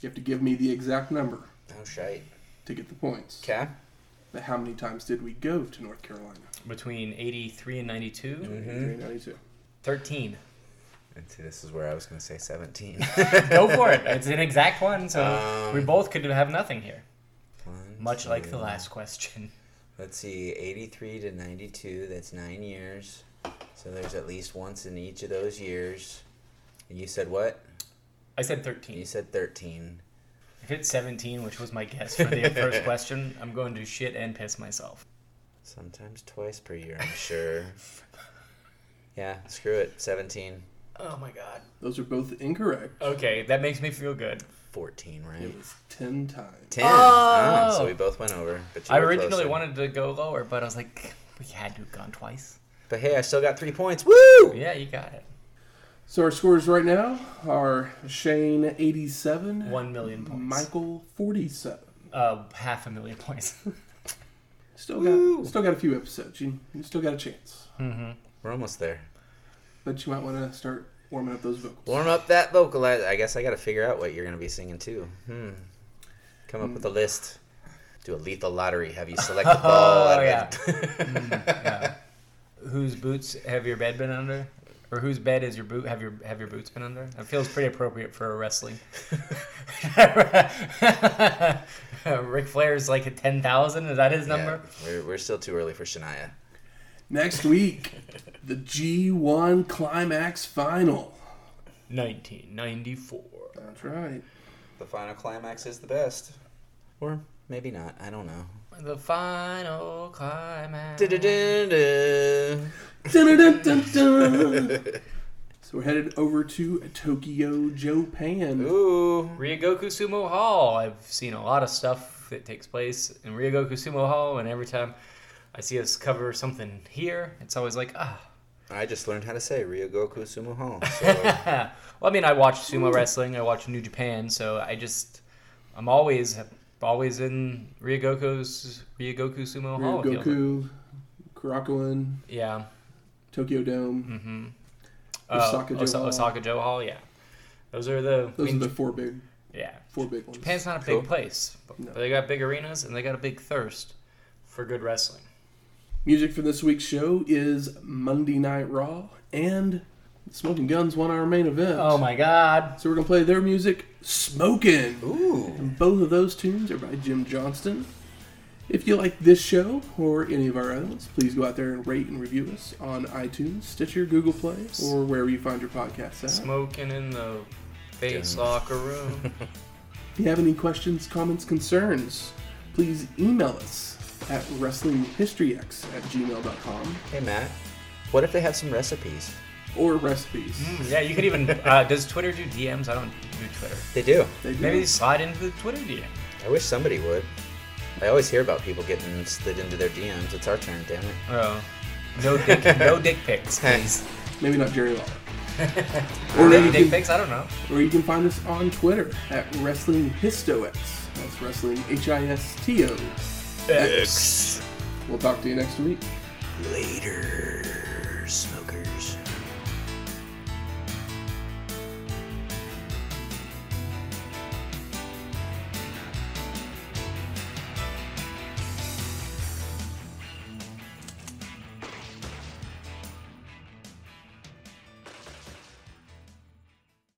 Speaker 1: You have to give me the exact number
Speaker 3: Oh shite.
Speaker 1: to get the points.
Speaker 3: Okay.
Speaker 1: But how many times did we go to North Carolina?
Speaker 2: Between '83 and '92,
Speaker 3: Mm-hmm.
Speaker 1: 83 92.
Speaker 2: 13.
Speaker 3: And see, this is where I was gonna say 17.
Speaker 2: Go for it. It's an exact one, so
Speaker 3: Um,
Speaker 2: we both could have nothing here.
Speaker 3: One,
Speaker 2: Much like
Speaker 3: two.
Speaker 2: the last question.
Speaker 3: Let's see, 83 to 92, that's nine years. So there's at least once in each of those years. And you said what?
Speaker 2: I said
Speaker 3: You
Speaker 2: 13.
Speaker 3: said 13.
Speaker 2: If it's 17, which was my guess for the first question, I'm going to shit and piss myself.
Speaker 3: Sometimes twice per year, I'm sure. yeah, screw it. 17,
Speaker 2: Oh my god.
Speaker 1: Those are both incorrect.
Speaker 2: Okay, that makes me feel good.
Speaker 3: 14, right?
Speaker 1: It was 10 times.
Speaker 3: 10. Ah, so we both went over. But you
Speaker 2: Oh. I
Speaker 3: were
Speaker 2: originally
Speaker 3: closer.
Speaker 2: wanted to go lower, but I was like, we had to have gone twice.
Speaker 3: But hey, I still got three points. Woo!
Speaker 2: Yeah, you got it.
Speaker 1: So our scores right now are Shane 87,
Speaker 2: One million points.
Speaker 1: Michael 47.
Speaker 2: Uh, half a million points.
Speaker 1: Still got, still got a few episodes. You, you still got a chance.
Speaker 3: We're almost there.
Speaker 1: But you might want to start warming up those vocals.
Speaker 3: Warm up that vocalize. I guess I got to figure out what you're going to be singing too. Hmm. Come up with a list. Do a lethal lottery. Have you select the ball?
Speaker 2: Oh,
Speaker 3: out of
Speaker 2: yeah. Mm-hmm.
Speaker 3: the-
Speaker 2: whose boots have your bed been under? Or whose bed is your boot? Have your have your boots been under? That feels pretty appropriate for a wrestling. Ric Flair's like a ten thousand. Is that his number?
Speaker 3: Yeah, we're, we're still too early for Shania.
Speaker 1: Next week, the G1 Climax Final.
Speaker 2: Nineteen ninety four.
Speaker 1: That's right.
Speaker 3: The final climax is the best. Or maybe not. I don't know.
Speaker 2: The final climax.
Speaker 3: Du-du-du-du.
Speaker 1: Dun-dun-dun-dun-dun. so we're headed over to Tokyo, Japan.
Speaker 3: Ooh.
Speaker 2: Ryogoku Sumo Hall. I've seen a lot of stuff that takes place in Ryogoku Sumo Hall, and every time I see us cover something here, it's always like ah.
Speaker 3: I just learned how to say Ryogoku Sumo Hall. So
Speaker 2: well, I mean, I watch sumo wrestling. I watch New Japan, so I just I'm always always in Ryogoku's Ryogoku Sumo Hall. I feel.
Speaker 1: Goku, Karakuin,
Speaker 2: Yeah.
Speaker 1: Tokyo
Speaker 2: Hmm.
Speaker 1: Dome. Osaka Joe
Speaker 2: Osa-
Speaker 1: Hall.
Speaker 2: Uh, Osaka Joe Hall. Yeah. Those are the. I
Speaker 1: Those are
Speaker 2: mean,
Speaker 1: the four big,
Speaker 2: yeah.
Speaker 1: four big ones.
Speaker 2: Japan's not a big
Speaker 3: Cool.
Speaker 2: place, but
Speaker 1: No.
Speaker 2: they got big arenas and they got a big thirst for good wrestling.
Speaker 1: Music for this week's show is Monday Night Raw and Smoking Guns won our main event.
Speaker 2: Oh my God.
Speaker 1: So we're gonna play their music, Smokin'.
Speaker 3: Ooh.
Speaker 1: And both of those tunes are by Jim Johnston. If you like this show or any of our others, please go out there and rate and review us on iTunes, Stitcher, Google Play, or wherever you find your podcasts at.
Speaker 2: Smoking in the face
Speaker 3: Yeah.
Speaker 2: locker room.
Speaker 1: If you have any questions, comments, concerns, please email us at wrestlinghistoryx at gmail.com
Speaker 3: Hey, Matt. What if they have some recipes?
Speaker 1: or recipes.
Speaker 2: Mm, yeah, you could even. Uh, does Twitter do DMs? I don't do Twitter.
Speaker 3: They do.
Speaker 1: They do.
Speaker 2: Maybe slide into the Twitter DM.
Speaker 3: I wish somebody would. I always hear about people getting slid into their DMs. It's our turn, damn it.
Speaker 2: Oh. No dick, no dick pics,
Speaker 3: Thanks.
Speaker 2: please.
Speaker 1: Maybe not Jerry Lawler. Or
Speaker 2: Maybe
Speaker 1: you
Speaker 2: dick
Speaker 1: can-
Speaker 2: pics. I don't know.
Speaker 1: or you can find us on Twitter at Wrestling Histox. That's Wrestling H I S T O. X. We'll talk to you next week.
Speaker 3: Later.